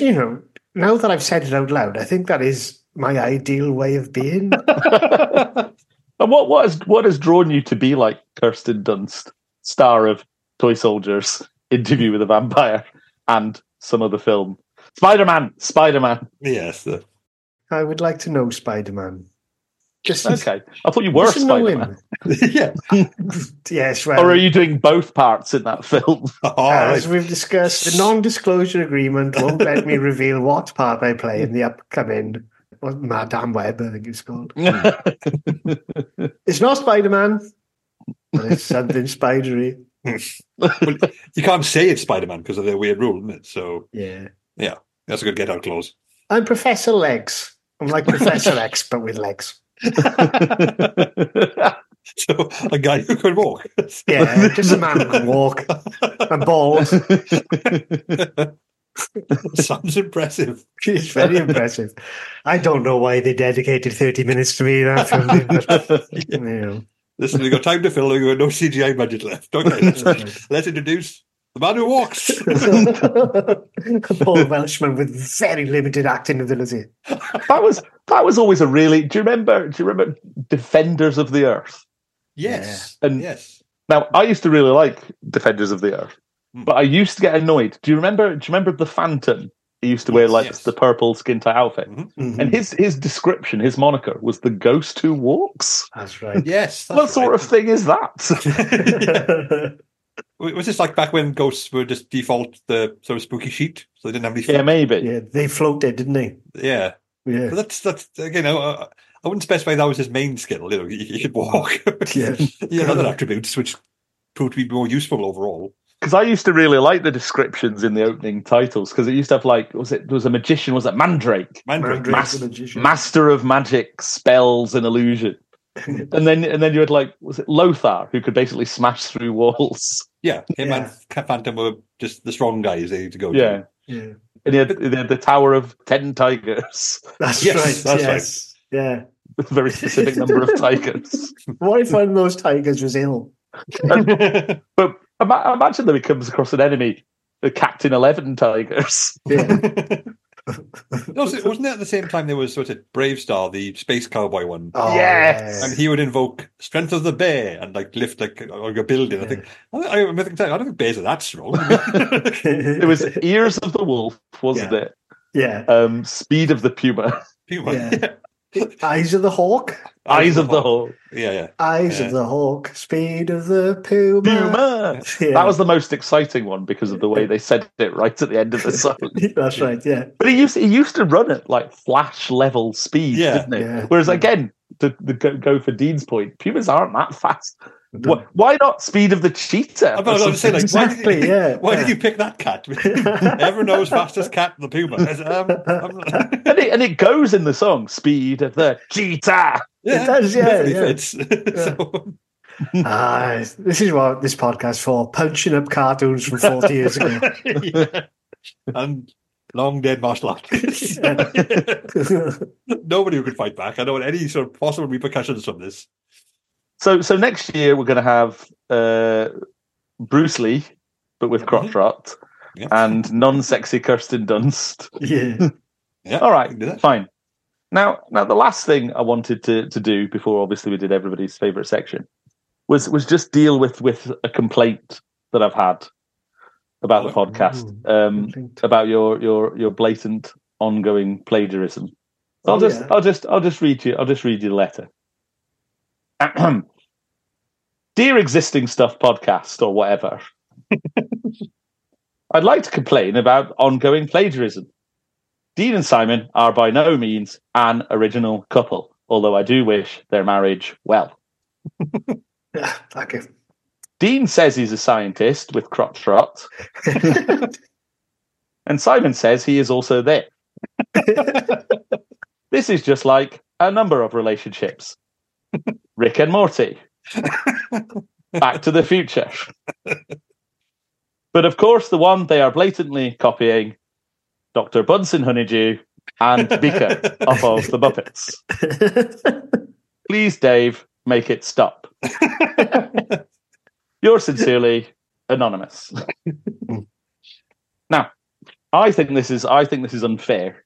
Speaker 4: *laughs*
Speaker 6: you know, now that I've said it out loud, I think that is my ideal way
Speaker 4: *laughs*
Speaker 6: of being.
Speaker 4: and what what has what has drawn you to be like Kirsten Dunst, star of Toy Soldiers, Interview with a Vampire, and some other film, Spider Man. Spider Man.
Speaker 5: Yes. uh,
Speaker 6: I would like to know Spider Man. Just,
Speaker 4: Okay. I thought you were
Speaker 6: just to know
Speaker 4: Spider Man.
Speaker 6: him.
Speaker 5: *laughs* yeah.
Speaker 6: *laughs* Yes, well,
Speaker 4: Or are you doing both parts in that film?
Speaker 5: All
Speaker 4: Uh,
Speaker 5: right.
Speaker 6: as we've discussed, the non disclosure agreement won't
Speaker 4: *laughs*
Speaker 6: let me reveal what part I play in the upcoming. Well, Madame Web, I think it's called. It's not Spider Man, but
Speaker 4: *laughs*
Speaker 6: it's something spidery.
Speaker 5: well, you can't say it's Spider Man because of their weird rule, isn't it? So
Speaker 6: Yeah.
Speaker 5: that's a good get out clause. *laughs*
Speaker 6: I'm Professor Legs. I'm like Professor X, but with legs.
Speaker 5: So a guy who could walk. *laughs*
Speaker 6: Yeah, just a man who can walk. I'm bald.
Speaker 5: Sounds impressive.
Speaker 6: It's
Speaker 5: *laughs*
Speaker 6: very impressive. I don't know why they dedicated 30 minutes to me in that film, but, you know.
Speaker 5: Listen, we've got time to fill. We've got no CGI budget
Speaker 4: *laughs*
Speaker 5: left. Okay, let's, let's introduce the man who walks.
Speaker 6: *laughs* A poor Welshman with very limited acting ability.
Speaker 4: *laughs* That was that was always a really. Do you remember? Do you remember Defenders of the Earth?
Speaker 5: Yes.
Speaker 4: Yeah. And-
Speaker 5: yes.
Speaker 4: Now I used to really like Defenders of the Earth, but I used to get annoyed. Do you remember? Do you remember the Phantom? He used to wear
Speaker 5: Yes,
Speaker 4: like
Speaker 5: yes.
Speaker 4: the purple skin tight outfit,
Speaker 5: Mhm.
Speaker 6: Mhm.
Speaker 4: and his his description, his moniker was the Ghost Who Walks.
Speaker 6: That's
Speaker 5: *laughs*
Speaker 6: right.
Speaker 5: Yes.
Speaker 4: what sort of thing is
Speaker 6: *laughs*
Speaker 4: that?
Speaker 5: Was this like back when ghosts were just default the sort of spooky sheet, so they didn't have any?
Speaker 4: yeah, maybe.
Speaker 6: yeah, they floated, didn't they?
Speaker 5: yeah.
Speaker 6: Yeah.
Speaker 5: But that's that's again. I, I wouldn't specify that was his main skill. You know, he, he could walk. *laughs*
Speaker 6: Yeah.
Speaker 5: he had other attributes which proved to be more useful overall.
Speaker 4: Because I used to really like the descriptions in the opening titles because it used to have like was it there was a magician was it Mandrake
Speaker 5: Mandrake.
Speaker 6: Mandrake
Speaker 4: Mas-
Speaker 6: the magician.
Speaker 4: master of magic spells and
Speaker 6: *laughs*
Speaker 4: illusion and then and then you had like was it Lothar who could basically smash through walls
Speaker 5: Yeah, him
Speaker 6: Yeah.
Speaker 5: and Cat Phantom were just the strong guys they need to go
Speaker 4: yeah
Speaker 5: to.
Speaker 6: Oh, yeah.
Speaker 4: and you had, you had the Tower of Ten Tigers *laughs*
Speaker 6: That's
Speaker 5: Yes,
Speaker 6: right.
Speaker 5: that's
Speaker 6: yes. Yeah.
Speaker 4: a very specific number
Speaker 6: *laughs*
Speaker 4: of tigers
Speaker 6: What if one of those tigers was ill?
Speaker 4: but ima- imagine that he comes across an enemy the Captain Eleven
Speaker 5: *laughs*
Speaker 4: Tigers
Speaker 6: Yeah.
Speaker 5: No, so wasn't it at the same time there was sort of Brave Star, the space cowboy one?
Speaker 6: Oh,
Speaker 4: Yes.
Speaker 5: And he would invoke strength of the bear and like lift like like a building. I think I, I, I think I don't think bears are
Speaker 6: *laughs*
Speaker 5: that strong. *laughs*
Speaker 6: yeah.
Speaker 4: it was Ears of the Wolf wasn't
Speaker 5: Yeah.
Speaker 4: it
Speaker 6: *laughs* yeah.
Speaker 4: um, Speed of the Puma
Speaker 5: People-
Speaker 6: Yeah. Eyes of the hawk.
Speaker 4: Eyes of the Hawk
Speaker 5: Yeah, yeah.
Speaker 6: Eyes
Speaker 5: Yeah.
Speaker 6: of the hawk. Speed of the puma.
Speaker 4: Puma
Speaker 6: *laughs* Yeah.
Speaker 4: That was the most exciting one because of the way they said it right at the end of
Speaker 5: *laughs*
Speaker 4: the song.
Speaker 6: That's right. Yeah.
Speaker 4: but he used he used to run at like flash level speed,
Speaker 5: Yeah,
Speaker 4: didn't he?
Speaker 6: yeah.
Speaker 4: Whereas again, to, to go, go for Dean's point, pumas aren't that fast.
Speaker 6: No.
Speaker 4: Why, why not speed of the cheetah?
Speaker 5: I was
Speaker 4: or
Speaker 5: going to say, like, why, did
Speaker 6: Exactly,
Speaker 5: you,
Speaker 6: yeah,
Speaker 5: *laughs* why did
Speaker 6: yeah.
Speaker 5: you pick that cat? *laughs* Everyone knows fastest cat, the puma. It's, Um,
Speaker 4: *laughs*
Speaker 5: I'm-
Speaker 4: something? and, it, and it goes in the song, speed of the cheetah.
Speaker 5: yeah,
Speaker 6: does, yeah,
Speaker 5: definitely
Speaker 6: yeah.
Speaker 5: fits. *laughs* so,
Speaker 6: *laughs* Ah, this is what this podcast for punching up cartoons from 40 years ago. *laughs*
Speaker 5: Yeah. and long dead
Speaker 4: *laughs*
Speaker 5: martial artists. *laughs* Nobody who could fight back. I don't want any sort of possible repercussions from this.
Speaker 4: So so next year we're going to have uh, Bruce Lee, but with
Speaker 5: Yeah.
Speaker 4: crotch rot
Speaker 5: Yeah.
Speaker 4: and non-sexy Kirsten Dunst.
Speaker 5: *laughs*
Speaker 6: yeah.
Speaker 5: Yeah,
Speaker 4: All
Speaker 5: we
Speaker 4: right,
Speaker 5: can do that.
Speaker 4: fine. Now, now the last thing I wanted to, to do before obviously we did everybody's favorite section was was just deal with with a complaint that I've had about the
Speaker 5: Oh.
Speaker 4: podcast um, about your your your blatant ongoing plagiarism. So I'll
Speaker 6: Oh,
Speaker 4: just
Speaker 6: yeah.
Speaker 4: I'll just I'll just read you I'll just read you the letter. *clears throat* Ahem. Dear existing stuff podcast or whatever, *laughs* I'd like to complain about ongoing plagiarism. Dean and Simon are by no means an original couple, although I do wish their marriage well.
Speaker 6: Yeah, Thank you.
Speaker 4: Dean says he's a scientist with crotch rot, and Simon says he is also there. this is just like a number of relationships Rick and Morty, Back to the Future. But of course, the one they are blatantly copying Dr. Bunsen Honeydew and Beaker off of the Muppets. Please, Dave, make it stop. Yours sincerely, Anonymous. now, I think this is I think this is unfair,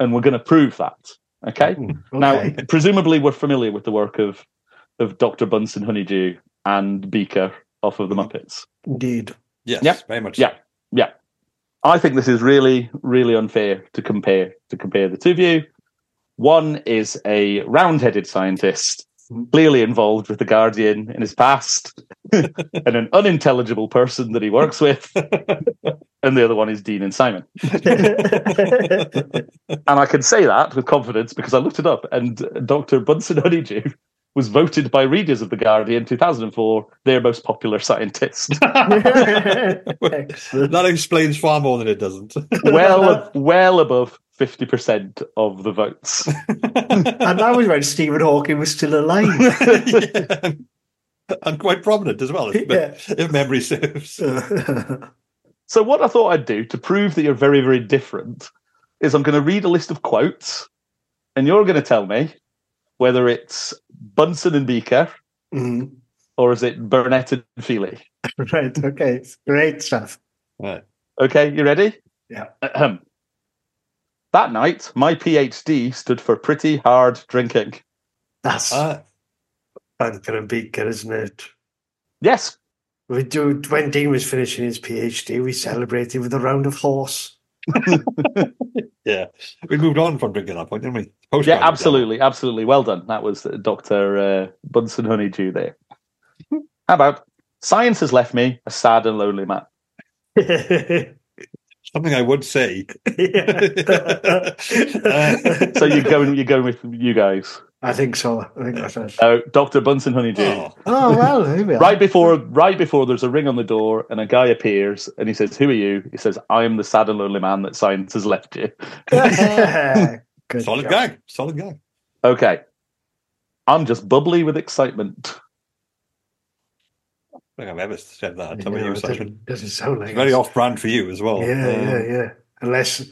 Speaker 4: and we're going to prove that. Okay?
Speaker 6: Okay.
Speaker 4: Now, presumably, we're familiar with the work of of Dr. Bunsen Honeydew and Beaker off of the Muppets.
Speaker 6: Indeed. *laughs*
Speaker 5: Yes,
Speaker 4: Yeah.
Speaker 5: very much.
Speaker 4: Yeah. I think this is really, really unfair to compare to compare the two of you. One is a round-headed scientist, clearly involved with the Guardian in his past, and an unintelligible person that he works with. and the other one is Dean and Simon. And I can say that with confidence because I looked it up, and Dr. Bunsen Honeydew was voted by readers of the Guardian 2004 their most popular scientist.
Speaker 6: Excellent.
Speaker 5: That explains far more than it doesn't. *laughs*
Speaker 4: well, well above 50% of the votes.
Speaker 6: And that was when Stephen Hawking was still
Speaker 5: *laughs*
Speaker 6: alive.
Speaker 5: Yeah.
Speaker 6: *laughs*
Speaker 5: And quite prominent as well, if,
Speaker 6: Yeah. *laughs*
Speaker 5: if memory serves.
Speaker 4: So, what I thought I'd do to prove that you're very, very different is I'm going to read a list of quotes, and you're going to tell me whether it's Bunsen and Beaker
Speaker 6: Mhm.
Speaker 4: or is it Burnett and Feely.
Speaker 6: Right. Okay. Great stuff.
Speaker 5: Right.
Speaker 4: Okay, you ready?
Speaker 6: Yeah.
Speaker 4: Ahem. That night, my PhD stood for pretty hard drinking.
Speaker 6: That's
Speaker 5: Uh,
Speaker 6: Banker and Beaker, isn't it?
Speaker 4: Yes,
Speaker 6: We do. When Dean was finishing his PhD, we celebrated with a round of horse. *laughs*
Speaker 5: yeah. We moved on from drinking at that point, didn't we? Post-
Speaker 4: yeah, absolutely, absolutely. Well done. That was uh, Dr. Uh, Bunsen Honeydew there. How about science has left me a sad and lonely man?
Speaker 5: Something I would say.
Speaker 6: Uh,
Speaker 4: So
Speaker 5: So *laughs*
Speaker 4: you're going, you're going with you guys.
Speaker 6: I think so. I think that's it.
Speaker 4: Uh, Dr. Bunsen Honeydew.
Speaker 5: Oh,
Speaker 6: Oh well, here we are.
Speaker 4: Right before, right before, there's a ring on the door, and a guy appears, and he says, "Who are you?" He says, "I am the sad and lonely man that science has left you."
Speaker 6: *laughs* Good
Speaker 5: solid
Speaker 6: job.
Speaker 5: gag. Solid gag.
Speaker 4: Okay, I'm just bubbly with excitement.
Speaker 5: I don't think I've ever said that. Tell me
Speaker 6: Yeah,
Speaker 5: you,
Speaker 6: it
Speaker 5: Simon.
Speaker 6: doesn't, doesn't sound like
Speaker 5: It's very
Speaker 6: it.
Speaker 5: off brand for you as well.
Speaker 6: Yeah, yeah,
Speaker 5: Um,
Speaker 6: yeah. Unless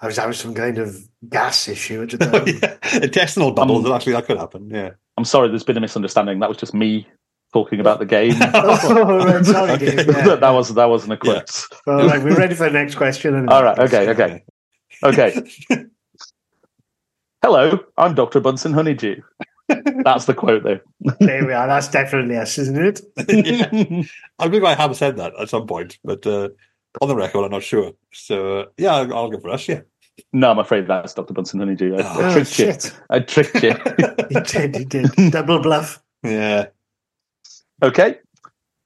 Speaker 6: I was having some kind of gas issue at the
Speaker 5: Oh,
Speaker 6: time.
Speaker 5: *laughs* yeah. Intestinal bubbles.
Speaker 4: Um,
Speaker 5: actually, that could happen. Yeah.
Speaker 4: I'm sorry, there's been a misunderstanding. That was just me talking about the game. *laughs*
Speaker 6: *laughs* Oh, right, sorry,
Speaker 5: Okay.
Speaker 6: Dave, *laughs* yeah.
Speaker 4: that was that wasn't a quiz.
Speaker 6: All right, we're ready for the next question. and-
Speaker 4: All right. Okay. Okay. Okay.
Speaker 6: *laughs*
Speaker 4: Hello, I'm Dr. Bunsen Honeydew. That's the quote,
Speaker 6: *laughs*
Speaker 4: though.
Speaker 6: There we are. That's definitely us, isn't it?
Speaker 5: *laughs* Yeah. I believe I have said that at some point, but uh, on the record, I'm not sure. So uh, yeah, I'll, I'll go for us. Yeah.
Speaker 4: no, I'm afraid that's Dr. Bunsen Honeydew. I, I
Speaker 5: Oh,
Speaker 6: Oh,
Speaker 4: tricked
Speaker 6: shit.
Speaker 4: you. I tricked you.
Speaker 6: *laughs* He did, he did. Double bluff.
Speaker 5: yeah.
Speaker 4: okay.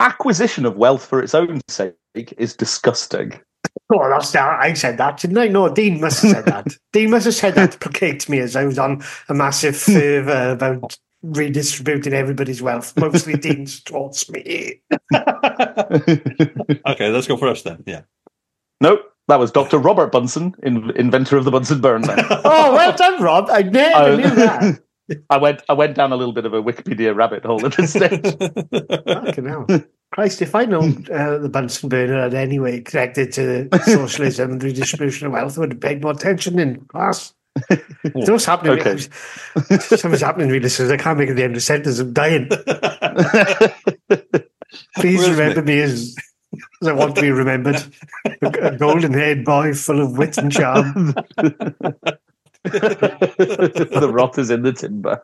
Speaker 4: Acquisition of wealth for its own sake is disgusting.
Speaker 6: *laughs*
Speaker 4: *laughs*
Speaker 6: Oh, that's that. I said that, didn't I? No, Dean must have said that. Dean must have said that to placate me as I was on a massive fervour about redistributing everybody's wealth, mostly Dean's towards me.
Speaker 5: Okay, let's go for us then.
Speaker 6: *laughs*
Speaker 5: Yeah. *laughs*
Speaker 4: nope, that was Dr. Robert Bunsen, in- inventor of the Bunsen burner.
Speaker 6: *laughs* Oh, well done, Rob. I never knew that.
Speaker 4: I, I went. I went down a little bit of a Wikipedia rabbit hole at this
Speaker 5: *laughs*
Speaker 4: stage.
Speaker 6: Fucking hell. Christ, if I'd known uh, the Bunsen burner had any way connected to socialism and redistribution of wealth, I would have paid more attention in class. What's happening?
Speaker 4: Okay.
Speaker 6: Something's happening to me, listeners. I can't make it the end of the sentence. I'm dying. Please
Speaker 5: Where's
Speaker 6: remember me as, as I want to be remembered. A, a golden haired boy full of wit and charm.
Speaker 4: the rot is in the timber.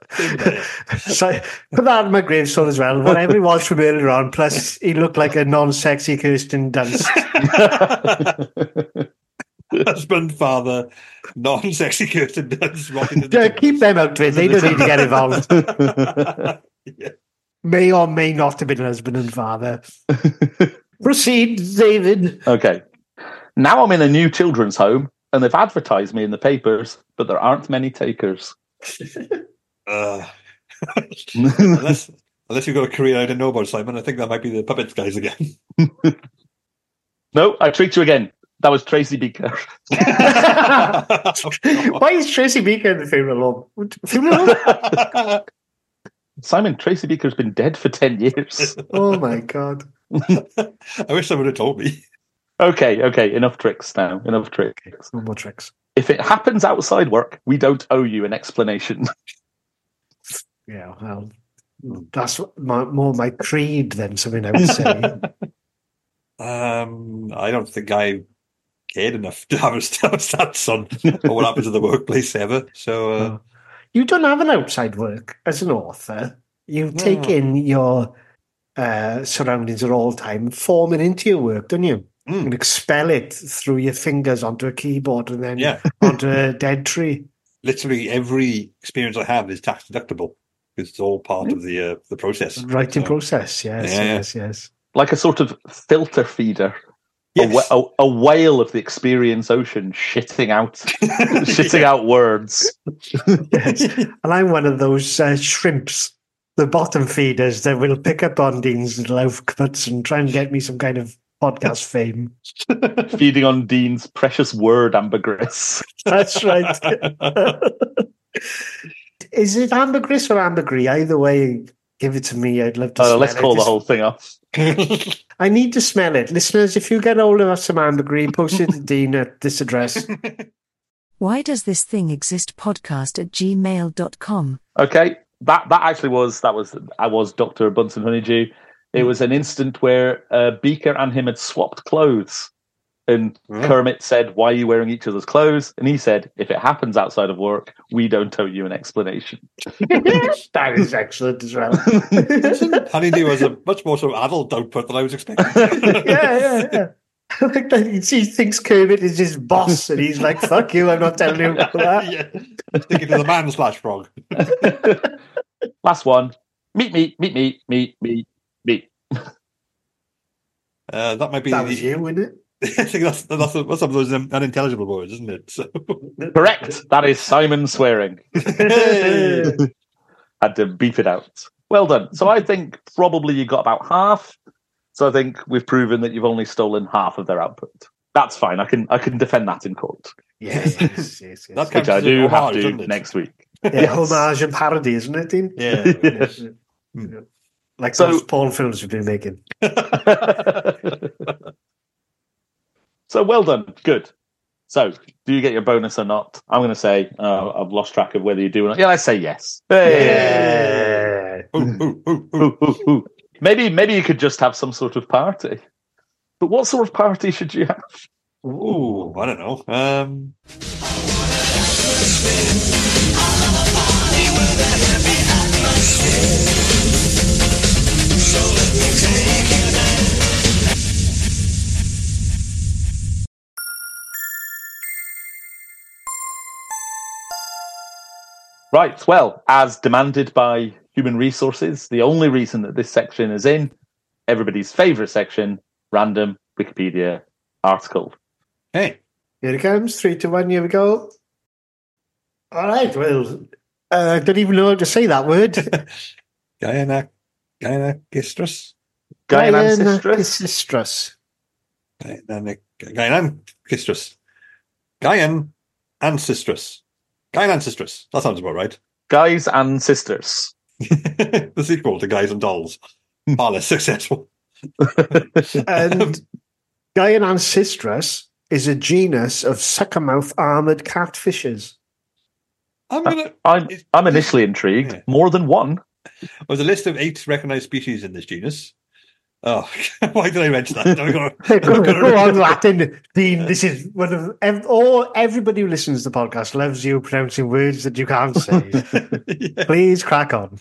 Speaker 6: So I put that on my gravestone as well. Whatever he was from earlier on, plus he looked like a non sexy Kirsten Dunst.
Speaker 5: Husband, father, non-sexy *laughs* Kirsten Dunst. rocking in the
Speaker 6: Yeah,
Speaker 5: Timbers.
Speaker 6: keep them out of it. They don't need to get involved. *laughs*
Speaker 5: *laughs* Uh,
Speaker 6: May or may not have been husband and *laughs* father. Proceed, *laughs* David.
Speaker 4: Okay. Now I'm in a new children's home and they've advertised me in the papers, but there aren't many takers. *laughs*
Speaker 5: Uh, unless, unless you've got a career I don't know about, Simon, I think that might be the puppets guys again. *laughs*
Speaker 4: no, I treat you again. That was Tracy Beaker.
Speaker 6: Why is Tracy Beaker in the funeral home? Funeral home?
Speaker 4: Simon, Tracy Beaker's been dead for 10 years.
Speaker 6: Oh my god.
Speaker 5: I wish someone had told me.
Speaker 4: okay, okay, enough tricks now. Enough tricks.
Speaker 6: No more tricks.
Speaker 4: If it happens outside work, we don't owe you an explanation. *laughs*
Speaker 6: Yeah, well, that's my, more my creed than something I would say. *laughs*
Speaker 5: Um, I don't think I cared enough to have a *laughs* st- stats on what happens in the workplace ever. So, uh,
Speaker 6: No. you don't have an outside work as an author. You take
Speaker 5: No.
Speaker 6: in your uh, surroundings at all time, form it into your work, don't you?
Speaker 5: Mm.
Speaker 6: And expel it through your fingers onto a keyboard and then
Speaker 5: yeah,
Speaker 6: *laughs* onto a dead tree.
Speaker 5: *laughs* literally every experience I have is tax deductible. It's all part of the uh, the process.
Speaker 6: Writing
Speaker 5: So-
Speaker 6: process, yes,
Speaker 5: Yeah.
Speaker 6: yes, yes.
Speaker 4: like a sort of filter feeder,
Speaker 5: Yes.
Speaker 4: a, wh- a, a whale of the experience ocean shitting out, oh, *laughs*
Speaker 5: *laughs*
Speaker 4: shitting out words.
Speaker 6: And I'm one of those uh, shrimps, the bottom feeders that will pick up on Dean's loaf cuts and try and get me some kind of podcast fame.
Speaker 5: *laughs*
Speaker 4: feeding on Dean's precious word ambergris.
Speaker 6: That's right. Is it ambergris or ambergris? Either way, Give it to me. I'd love to.
Speaker 4: Oh,
Speaker 6: smell
Speaker 4: let's
Speaker 6: it.
Speaker 4: call the
Speaker 6: This-
Speaker 4: whole thing off.
Speaker 6: I need to smell it, listeners. If you get hold of us, Amanda Green,
Speaker 4: *laughs*
Speaker 6: post it to Dean at this address.
Speaker 2: Why does this thing exist podcast at gmail.com?
Speaker 4: Okay, that that actually was that was I was Doctor Bunsen Honeydew. It was an instant where uh, Beaker and him had swapped clothes, and
Speaker 5: Hmm.
Speaker 4: Kermit said, "Why are you wearing each other's clothes?" And he said, "If it happens outside of work, we don't owe you an explanation."
Speaker 6: that is excellent
Speaker 4: *laughs*
Speaker 6: as well. yeah,
Speaker 5: Honeydew was a much more sort of adult output than I was expecting.
Speaker 6: *laughs*
Speaker 5: *laughs*
Speaker 6: yeah, yeah. Like that, he thinks Kermit is his boss, and he's like, "Fuck you! I'm not telling you about
Speaker 4: *laughs*
Speaker 6: that."
Speaker 5: yeah. Stick it to the man slash frog.
Speaker 4: Last one. Meet me, meet me, meet me, meet.
Speaker 5: Uh, that might be.
Speaker 6: That was you, wasn't it?
Speaker 5: *laughs* I think that's that's, that's some of those um, unintelligible words, isn't it?
Speaker 6: *laughs*
Speaker 5: So, *laughs*
Speaker 4: Correct. That is Simon swearing. *laughs* Had to beep it out. Well done. So I think probably you got about half. So I think we've proven that you've only stolen half of their output. That's fine. I can I can defend that in court,
Speaker 6: Yes, yes,
Speaker 4: *laughs*
Speaker 6: yes. yes.
Speaker 5: That
Speaker 4: which
Speaker 5: counts
Speaker 4: I
Speaker 5: as
Speaker 4: do
Speaker 5: a
Speaker 4: have
Speaker 5: homage,
Speaker 4: to
Speaker 5: doesn't it?
Speaker 4: next week. *laughs*
Speaker 6: yeah, homage and parody, isn't it, Dean?
Speaker 5: Yeah.
Speaker 6: Yes.
Speaker 5: Hmm.
Speaker 6: Like
Speaker 4: So-
Speaker 6: those porn films we've been making.
Speaker 4: so well done. Good. So do you get your bonus or not? I'm going to say uh, I've lost track of whether you do or not. Yeah, let's say yes. Hey.
Speaker 6: Yeah.
Speaker 5: Ooh, ooh, ooh, ooh.
Speaker 4: Ooh, ooh, ooh. *laughs* Maybe maybe you could just have some sort of party. But what sort of party should you have?
Speaker 5: Ooh, I don't know. Um,
Speaker 4: Right, well, as demanded by human resources, the only reason that this section is in everybody's favorite section, random Wikipedia article.
Speaker 5: hey,
Speaker 6: Here it comes. Three to one. Here we go. All right. Well, uh, I don't even know how to say that word. *laughs*
Speaker 5: Guyana, Guyana Gistrus,
Speaker 4: Guy and
Speaker 6: Diana
Speaker 4: Ancestress.
Speaker 6: Ancestress.
Speaker 5: Guyana Guyana Gistrus, Guyan Ancestress, Guyan Ancestress. That sounds about right.
Speaker 4: Guys and sisters.
Speaker 5: *laughs* the sequel to Guys and Dolls, far less successful. Uh,
Speaker 6: And Gaian ancestress is a genus of suckermouth armored catfishes. *laughs*
Speaker 5: I'm gonna.
Speaker 4: I'm
Speaker 5: It's-
Speaker 4: I'm initially intrigued.
Speaker 5: Yeah.
Speaker 4: More than one.
Speaker 5: There's a list of eight recognized species in this genus. Oh, *laughs* why did I mention that? I've got to-
Speaker 6: Go, go on, Latin. Dean, this is one of ev- all everybody who listens to the podcast loves you pronouncing words that you can't say.
Speaker 5: *laughs* Yeah.
Speaker 6: Please crack on.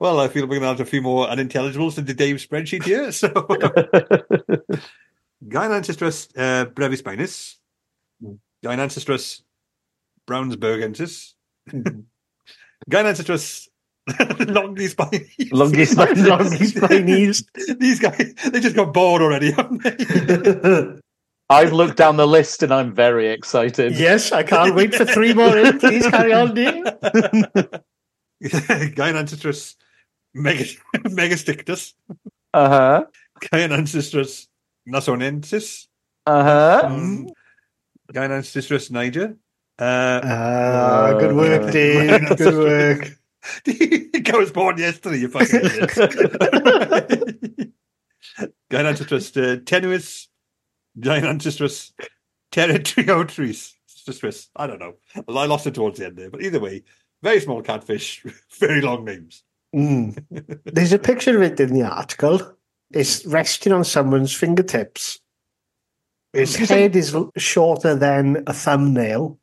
Speaker 5: Well, I feel we're going to have a few more unintelligibles into Dave's spreadsheet here. *laughs* So, Gynancestrus uh, brevis pinus, Gynancestrus brownsbergensis, *laughs* Gynancestrus longies pinus.
Speaker 6: *laughs*
Speaker 4: Longest
Speaker 6: Long these knees.
Speaker 5: These guys, they just got bored already, haven't *laughs* they?
Speaker 4: I've looked down the list and I'm very excited.
Speaker 6: Yes, I can't wait for three more in. Please carry on, Dean.
Speaker 5: Gynancestrus *laughs* megas- megastictus,
Speaker 4: Uh-huh.
Speaker 5: Gynancestrus nasonensis,
Speaker 4: Uh-huh.
Speaker 5: um, Gynancestrus niger, uh,
Speaker 6: Ah, good work, Dean. Good work.
Speaker 5: *laughs* I was born yesterday, you fucking
Speaker 6: *laughs*
Speaker 5: idiot. Gynantistrus uh, tenuis, Gynantistrus oh, territoriotris. Stress. I don't know. Well, I lost it towards the end there, but either way, very small catfish, *laughs* very long names.
Speaker 6: Mm. There's a picture of it in the article. It's resting on someone's fingertips. Its head is l- shorter than a thumbnail.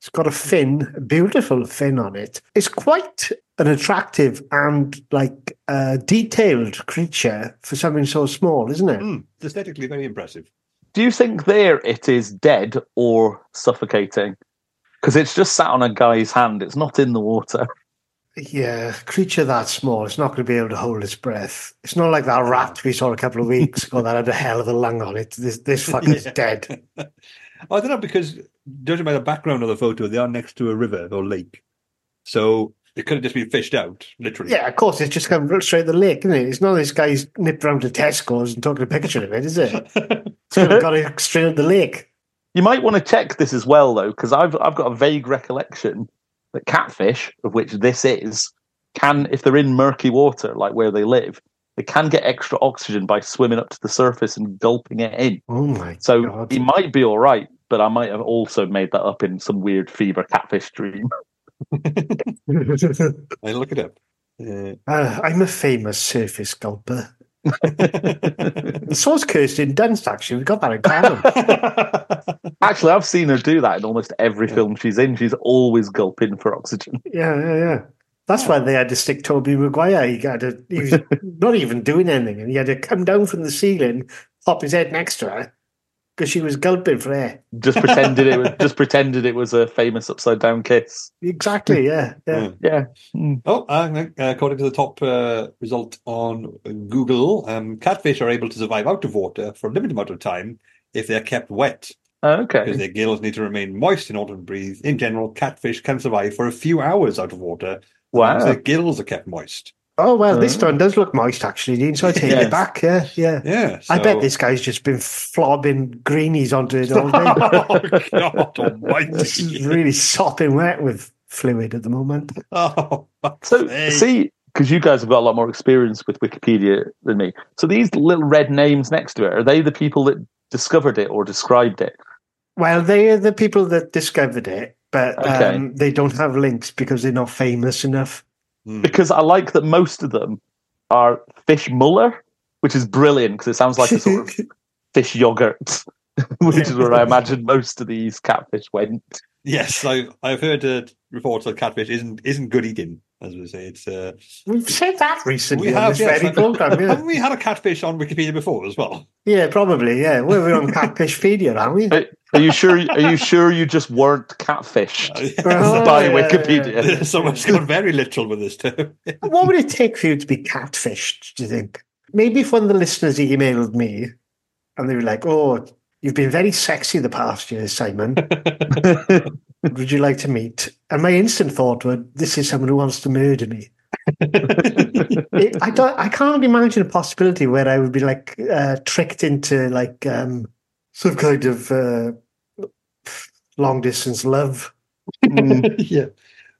Speaker 6: It's got a fin, a beautiful fin on it. It's quite an attractive and like uh, detailed creature for something so small, isn't it?
Speaker 5: Mm, aesthetically very impressive.
Speaker 4: Do you think there it is dead or suffocating? Because it's just sat on a guy's hand. It's not in the water.
Speaker 6: Yeah, a creature that small, it's not going to be able to hold its breath. It's not like that rat we saw a couple of weeks ago that had a hell of a lung on it. This this fucker's
Speaker 5: Yeah.
Speaker 6: dead.
Speaker 5: I don't know because judging by the background of the photo, they are next to a river or lake, so it could have just been fished out, literally.
Speaker 6: Yeah, of course, it's just come straight to the lake, isn't it? It's not this guy's nipped round to Tesco's and taking a picture of it, is it? It's gonna- got it straight at the lake.
Speaker 4: You might want to check this as well, though, because I've I've got a vague recollection that catfish, of which this is, can, if they're in murky water, like where they live, they can get extra oxygen by swimming up to the surface and gulping it in.
Speaker 6: Oh my
Speaker 4: So
Speaker 6: god.
Speaker 4: he might be all right, but I might have also made that up in some weird fever catfish dream. *laughs*
Speaker 5: I look it up. Uh,
Speaker 6: *laughs* Uh, I'm a famous surface gulper. So is Kirsten Dunst, actually. We've got that in common.
Speaker 4: Actually, I've seen her do that in almost every film she's in. She's always gulping for oxygen. *laughs*
Speaker 6: yeah, yeah, yeah. That's why they had to stick Toby Maguire. He, had to, he was not even doing anything, and he had to come down from the ceiling, pop his head next to her, because she was gulping for air.
Speaker 4: Just pretended it was just pretended it was a famous upside down kiss.
Speaker 6: Exactly, yeah. yeah.
Speaker 4: Yeah.
Speaker 5: oh, uh, according to the top uh, result on Google, um, catfish are able to survive out of water for a limited amount of time if they're kept wet because
Speaker 4: Oh, Okay.
Speaker 5: their gills need to remain moist in order to breathe. In general, catfish can survive for a few hours out of water as
Speaker 4: Wow.
Speaker 5: their gills are kept moist.
Speaker 6: Oh, well, this
Speaker 4: Oh.
Speaker 6: one does look moist, actually, Dean, so I take
Speaker 4: Yes.
Speaker 6: it back. Yeah, yeah.
Speaker 5: Yeah,
Speaker 6: I
Speaker 5: so-
Speaker 6: bet this guy's just been flobbing greenies onto it all day.
Speaker 5: *laughs* oh God
Speaker 6: this is
Speaker 5: Almighty!
Speaker 6: really sopping wet with fluid at the moment.
Speaker 5: *laughs* Oh, fuck's
Speaker 4: So
Speaker 5: sake.
Speaker 4: see, because you guys have got a lot more experience with Wikipedia than me. So these little red names next to it, are they the people that discovered it or described it?
Speaker 6: Well, they are the people that discovered it, but
Speaker 4: Okay.
Speaker 6: um, they don't have links because they're not famous enough.
Speaker 5: Hmm.
Speaker 4: Because I like that most of them are fish muller, which is brilliant because it sounds like a sort
Speaker 5: *laughs*
Speaker 4: of fish yogurt, *laughs* which is where I imagine most of these catfish went.
Speaker 5: Yes, I, I've heard uh, reports that catfish isn't isn't good eating. As we say, it's uh,
Speaker 6: We've said that recently
Speaker 5: We
Speaker 6: on
Speaker 5: have,
Speaker 6: this
Speaker 5: yes.
Speaker 6: very *laughs* program. Yeah.
Speaker 5: haven't *laughs* we had a catfish on Wikipedia before
Speaker 6: *laughs*
Speaker 5: as well? *laughs*
Speaker 6: yeah, probably. Yeah, well, we're on Catfishpedia, aren't we?
Speaker 4: Are you sure? Are you sure you just weren't
Speaker 5: *laughs*
Speaker 4: catfished
Speaker 5: Uh,
Speaker 4: *laughs*
Speaker 6: Oh,
Speaker 4: by
Speaker 6: yeah,
Speaker 4: Wikipedia?
Speaker 5: *laughs* Someone's got very literal with this term.
Speaker 6: What would it take for you to be catfished? Do you think? Maybe if one of the listeners emailed me, and they were like, "Oh, you've been very sexy the past year, Simon. *laughs* would you like to meet?" And my instant thought would, "This is someone who wants to murder me." it, I don't. I can't imagine a possibility where I would be like uh, tricked into like um, some kind of uh, long distance love.
Speaker 5: *laughs*
Speaker 4: Mm,
Speaker 5: yeah.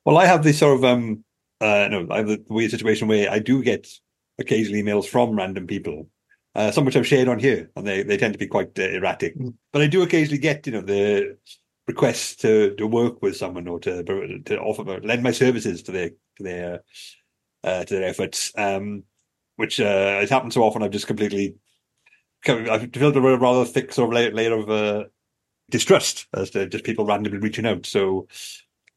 Speaker 5: Well, I have this sort of um uh no, I have the weird situation where I do get occasional emails from random people, uh, some which I've shared on here, and they they tend to be quite uh, erratic. But I do occasionally get you know the requests to to work with someone or to to offer lend my services to their to their uh, to their efforts. Um, which uh, has happened so often, I've just completely I've developed a rather thick sort of layer, layer of uh, distrust as to just people randomly reaching out. So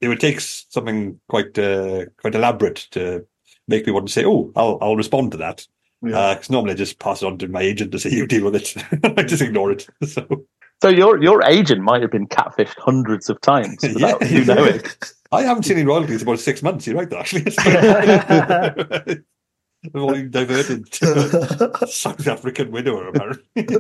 Speaker 5: it would take s- something quite uh, quite elaborate to make me want to say, "Oh, I'll I'll respond to that."
Speaker 6: Yeah.
Speaker 5: Because normally I just pass it on to my agent to say, "You deal with it." *laughs* I just ignore it. So
Speaker 4: so your your agent might have been catfished hundreds of times without
Speaker 5: *laughs* Yeah.
Speaker 4: you knowing.
Speaker 5: I haven't seen any royalties in about six months. You're right, though, actually. *laughs* I've only
Speaker 4: *laughs*
Speaker 5: diverted to a South African widower, apparently.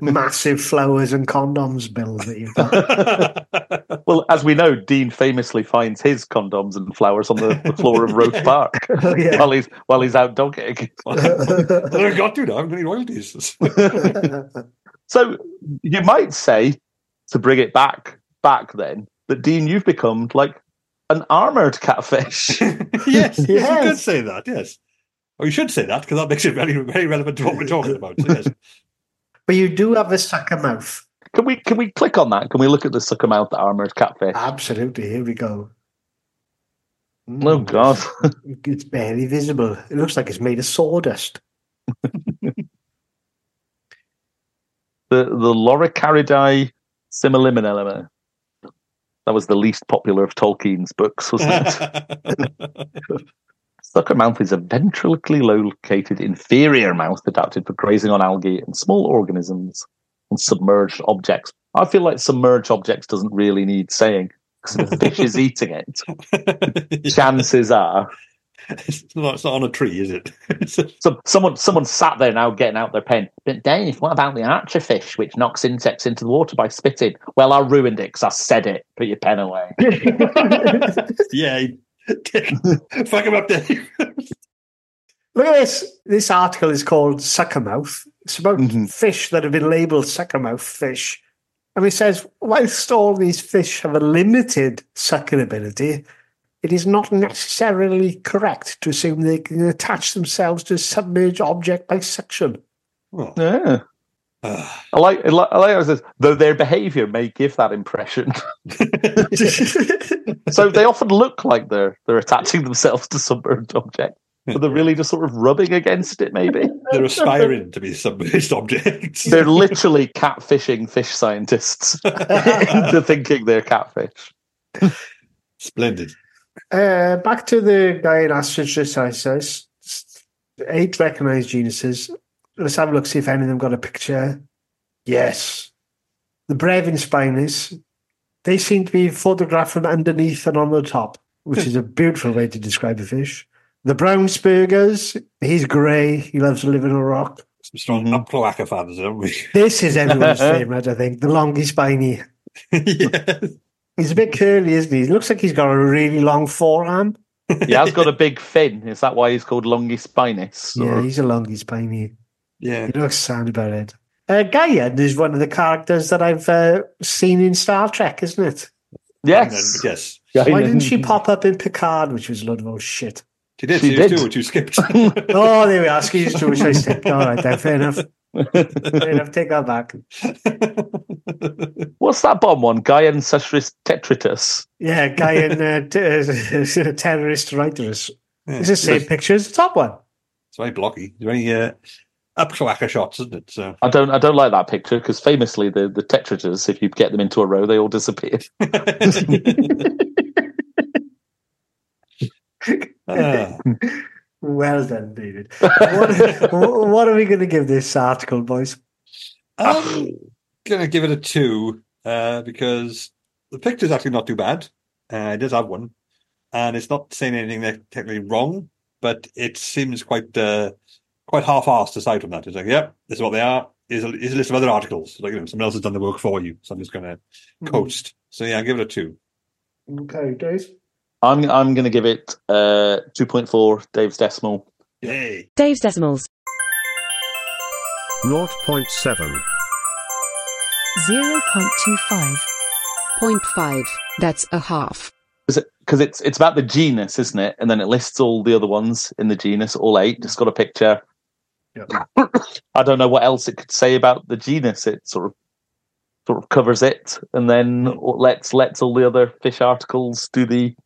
Speaker 6: *laughs*
Speaker 5: *laughs*
Speaker 6: Massive flowers and condoms bill that you've got.
Speaker 4: Well, as we know, Dean famously finds his condoms and flowers on the, the floor of Roche Park
Speaker 6: Oh,
Speaker 4: *laughs*
Speaker 6: yeah.
Speaker 4: while he's while he's out dogging.
Speaker 5: I've got to now. I haven't got any royalties. *laughs*
Speaker 4: So you might say, to bring it back back then, that Dean, you've become like an armored catfish.
Speaker 5: yes, yes,
Speaker 6: Yes.
Speaker 5: you could say that. Yes, or you should say that because that makes it very, very relevant to what we're talking about. Yes.
Speaker 6: but you do have a sucker mouth.
Speaker 4: Can we can we click on that? Can we look at the sucker mouth armored catfish?
Speaker 6: Absolutely. Here we go. Mm.
Speaker 4: Oh God!
Speaker 6: It's barely visible. It looks like it's made of sawdust.
Speaker 4: The the Loricaridae similimina. That was the least popular of Tolkien's books, wasn't
Speaker 5: *laughs*
Speaker 4: it? Sucker mouth is a ventrically located inferior mouth adapted for grazing on algae and small organisms and submerged objects. I feel like submerged objects doesn't really need saying because the fish is eating it. Chances are,
Speaker 5: it's, not, it's not on a tree, is it? *laughs* It's
Speaker 4: so someone someone sat there now getting out their pen. But Dave, what about the archer fish which knocks insects into the water by spitting? Well, I ruined it because I said it. Put your pen away.
Speaker 5: a- yeah, *laughs* fuck him up, Dave.
Speaker 6: Look at this. This article is called Suckermouth. It's about
Speaker 4: Mhm.
Speaker 6: fish that have been labeled suckermouth fish. And it says, whilst all these fish have a limited sucking ability, it is not necessarily correct to assume they can attach themselves to a submerged object
Speaker 4: *laughs*
Speaker 6: by suction.
Speaker 5: Oh.
Speaker 4: Yeah.
Speaker 5: Uh, *laughs*
Speaker 4: I like, I like, I like how it says, though their behaviour may give that impression. so they often look like they're they're attaching themselves to some burnt object, but they're really just sort of rubbing against it. Maybe
Speaker 5: they're aspiring to be submerged objects.
Speaker 4: they're literally catfishing fish scientists *laughs* into thinking they're catfish.
Speaker 5: Splendid.
Speaker 6: Uh, back to the guy in Astrocytosis. Eight recognized genuses. Let's have a look, see if any of them got a picture. Yes. The Brevin spinus, they seem to be photographed from underneath and on the top, which is a beautiful way to describe a fish. The Brownsburgers, he's grey, he loves to live in a rock.
Speaker 5: Some strong mm cloaca fans, aren't we? *laughs*
Speaker 6: This is everyone's favourite, I think. The longy spiny.
Speaker 5: yes.
Speaker 6: He's a bit curly, isn't he? He looks like he's got a really long forearm.
Speaker 4: He has got a big fin. Is that why he's called Longispinus?
Speaker 6: Yeah,
Speaker 4: Or-
Speaker 6: he's a longy spiny.
Speaker 5: Yeah.
Speaker 6: He looks sad about it. Uh, Gaian is one of the characters that I've uh, seen in Star Trek, isn't it?
Speaker 4: Yes.
Speaker 5: And then- yes.
Speaker 6: Why didn't she pop up in Picard, which was a lot of old shit?
Speaker 5: She did.
Speaker 4: She
Speaker 5: She, did.
Speaker 4: did.
Speaker 5: Two, which
Speaker 4: *laughs*
Speaker 5: you skipped. *laughs*
Speaker 6: Oh, there we are. Excuse me, which I skipped. All right, then, fair enough. Fair enough. Take that back.
Speaker 4: What's that bomb one? Gaian Sestris Tetritus.
Speaker 6: Yeah, Gaian, uh, t- uh, *laughs* terrorist writers. It's the
Speaker 5: yeah.
Speaker 6: same picture as the top one.
Speaker 5: It's very blocky. It's very uh, up cloaca shots, isn't it? So
Speaker 4: I don't I don't like that picture because famously the, the Tetritus, if you get them into a row, they all disappear.
Speaker 5: Ah,
Speaker 6: Well done, David. What, *laughs* what are we going to give this article, boys?
Speaker 5: I'm gonna give it a two uh, because the picture's actually not too bad. Uh, it does have one, and it's not saying anything that's technically wrong, but it seems quite uh, quite half-assed aside from that. It's like, yep, this is what they are. Here's a, here's a list of other articles. Like you know, someone else has done the work for you, so I'm just gonna coast. So yeah, I give it a two.
Speaker 6: Okay, Dave.
Speaker 4: I'm I'm gonna give it uh two point four Dave's decimal.
Speaker 5: Yay!
Speaker 7: Dave's Decimals.
Speaker 8: 0.7.
Speaker 2: 0.25.
Speaker 7: Point five. That's a half.
Speaker 4: Because it's it's about the genus, isn't it? And then it lists all the other ones in the genus, all eight. It's got a picture. *coughs* I don't know what else it could say about the genus. It sort of sort of covers it, and then lets lets all the other fish articles do the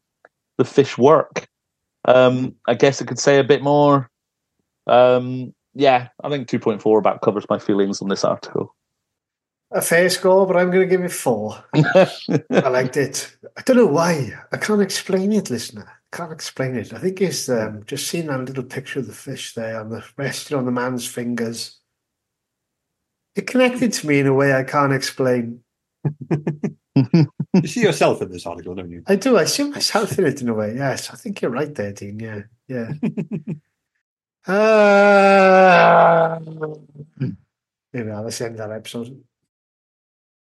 Speaker 4: the fish work. Um, I guess it could say a bit more. Um, yeah, I think two point four about covers my feelings on this article.
Speaker 6: A fair score, but I'm going to give it four. I liked it. I don't know why. I can't explain it, listener. I can't explain it. I think it's um, just seeing that little picture of the fish there on the resting on the man's fingers. It connected to me in a way I can't explain.
Speaker 5: You see yourself in this article, don't you?
Speaker 6: I do. I see myself in it in a way. Yes, I think you're right there, Dean. Yeah, yeah. Ah. uh, there we are. Let's end that episode.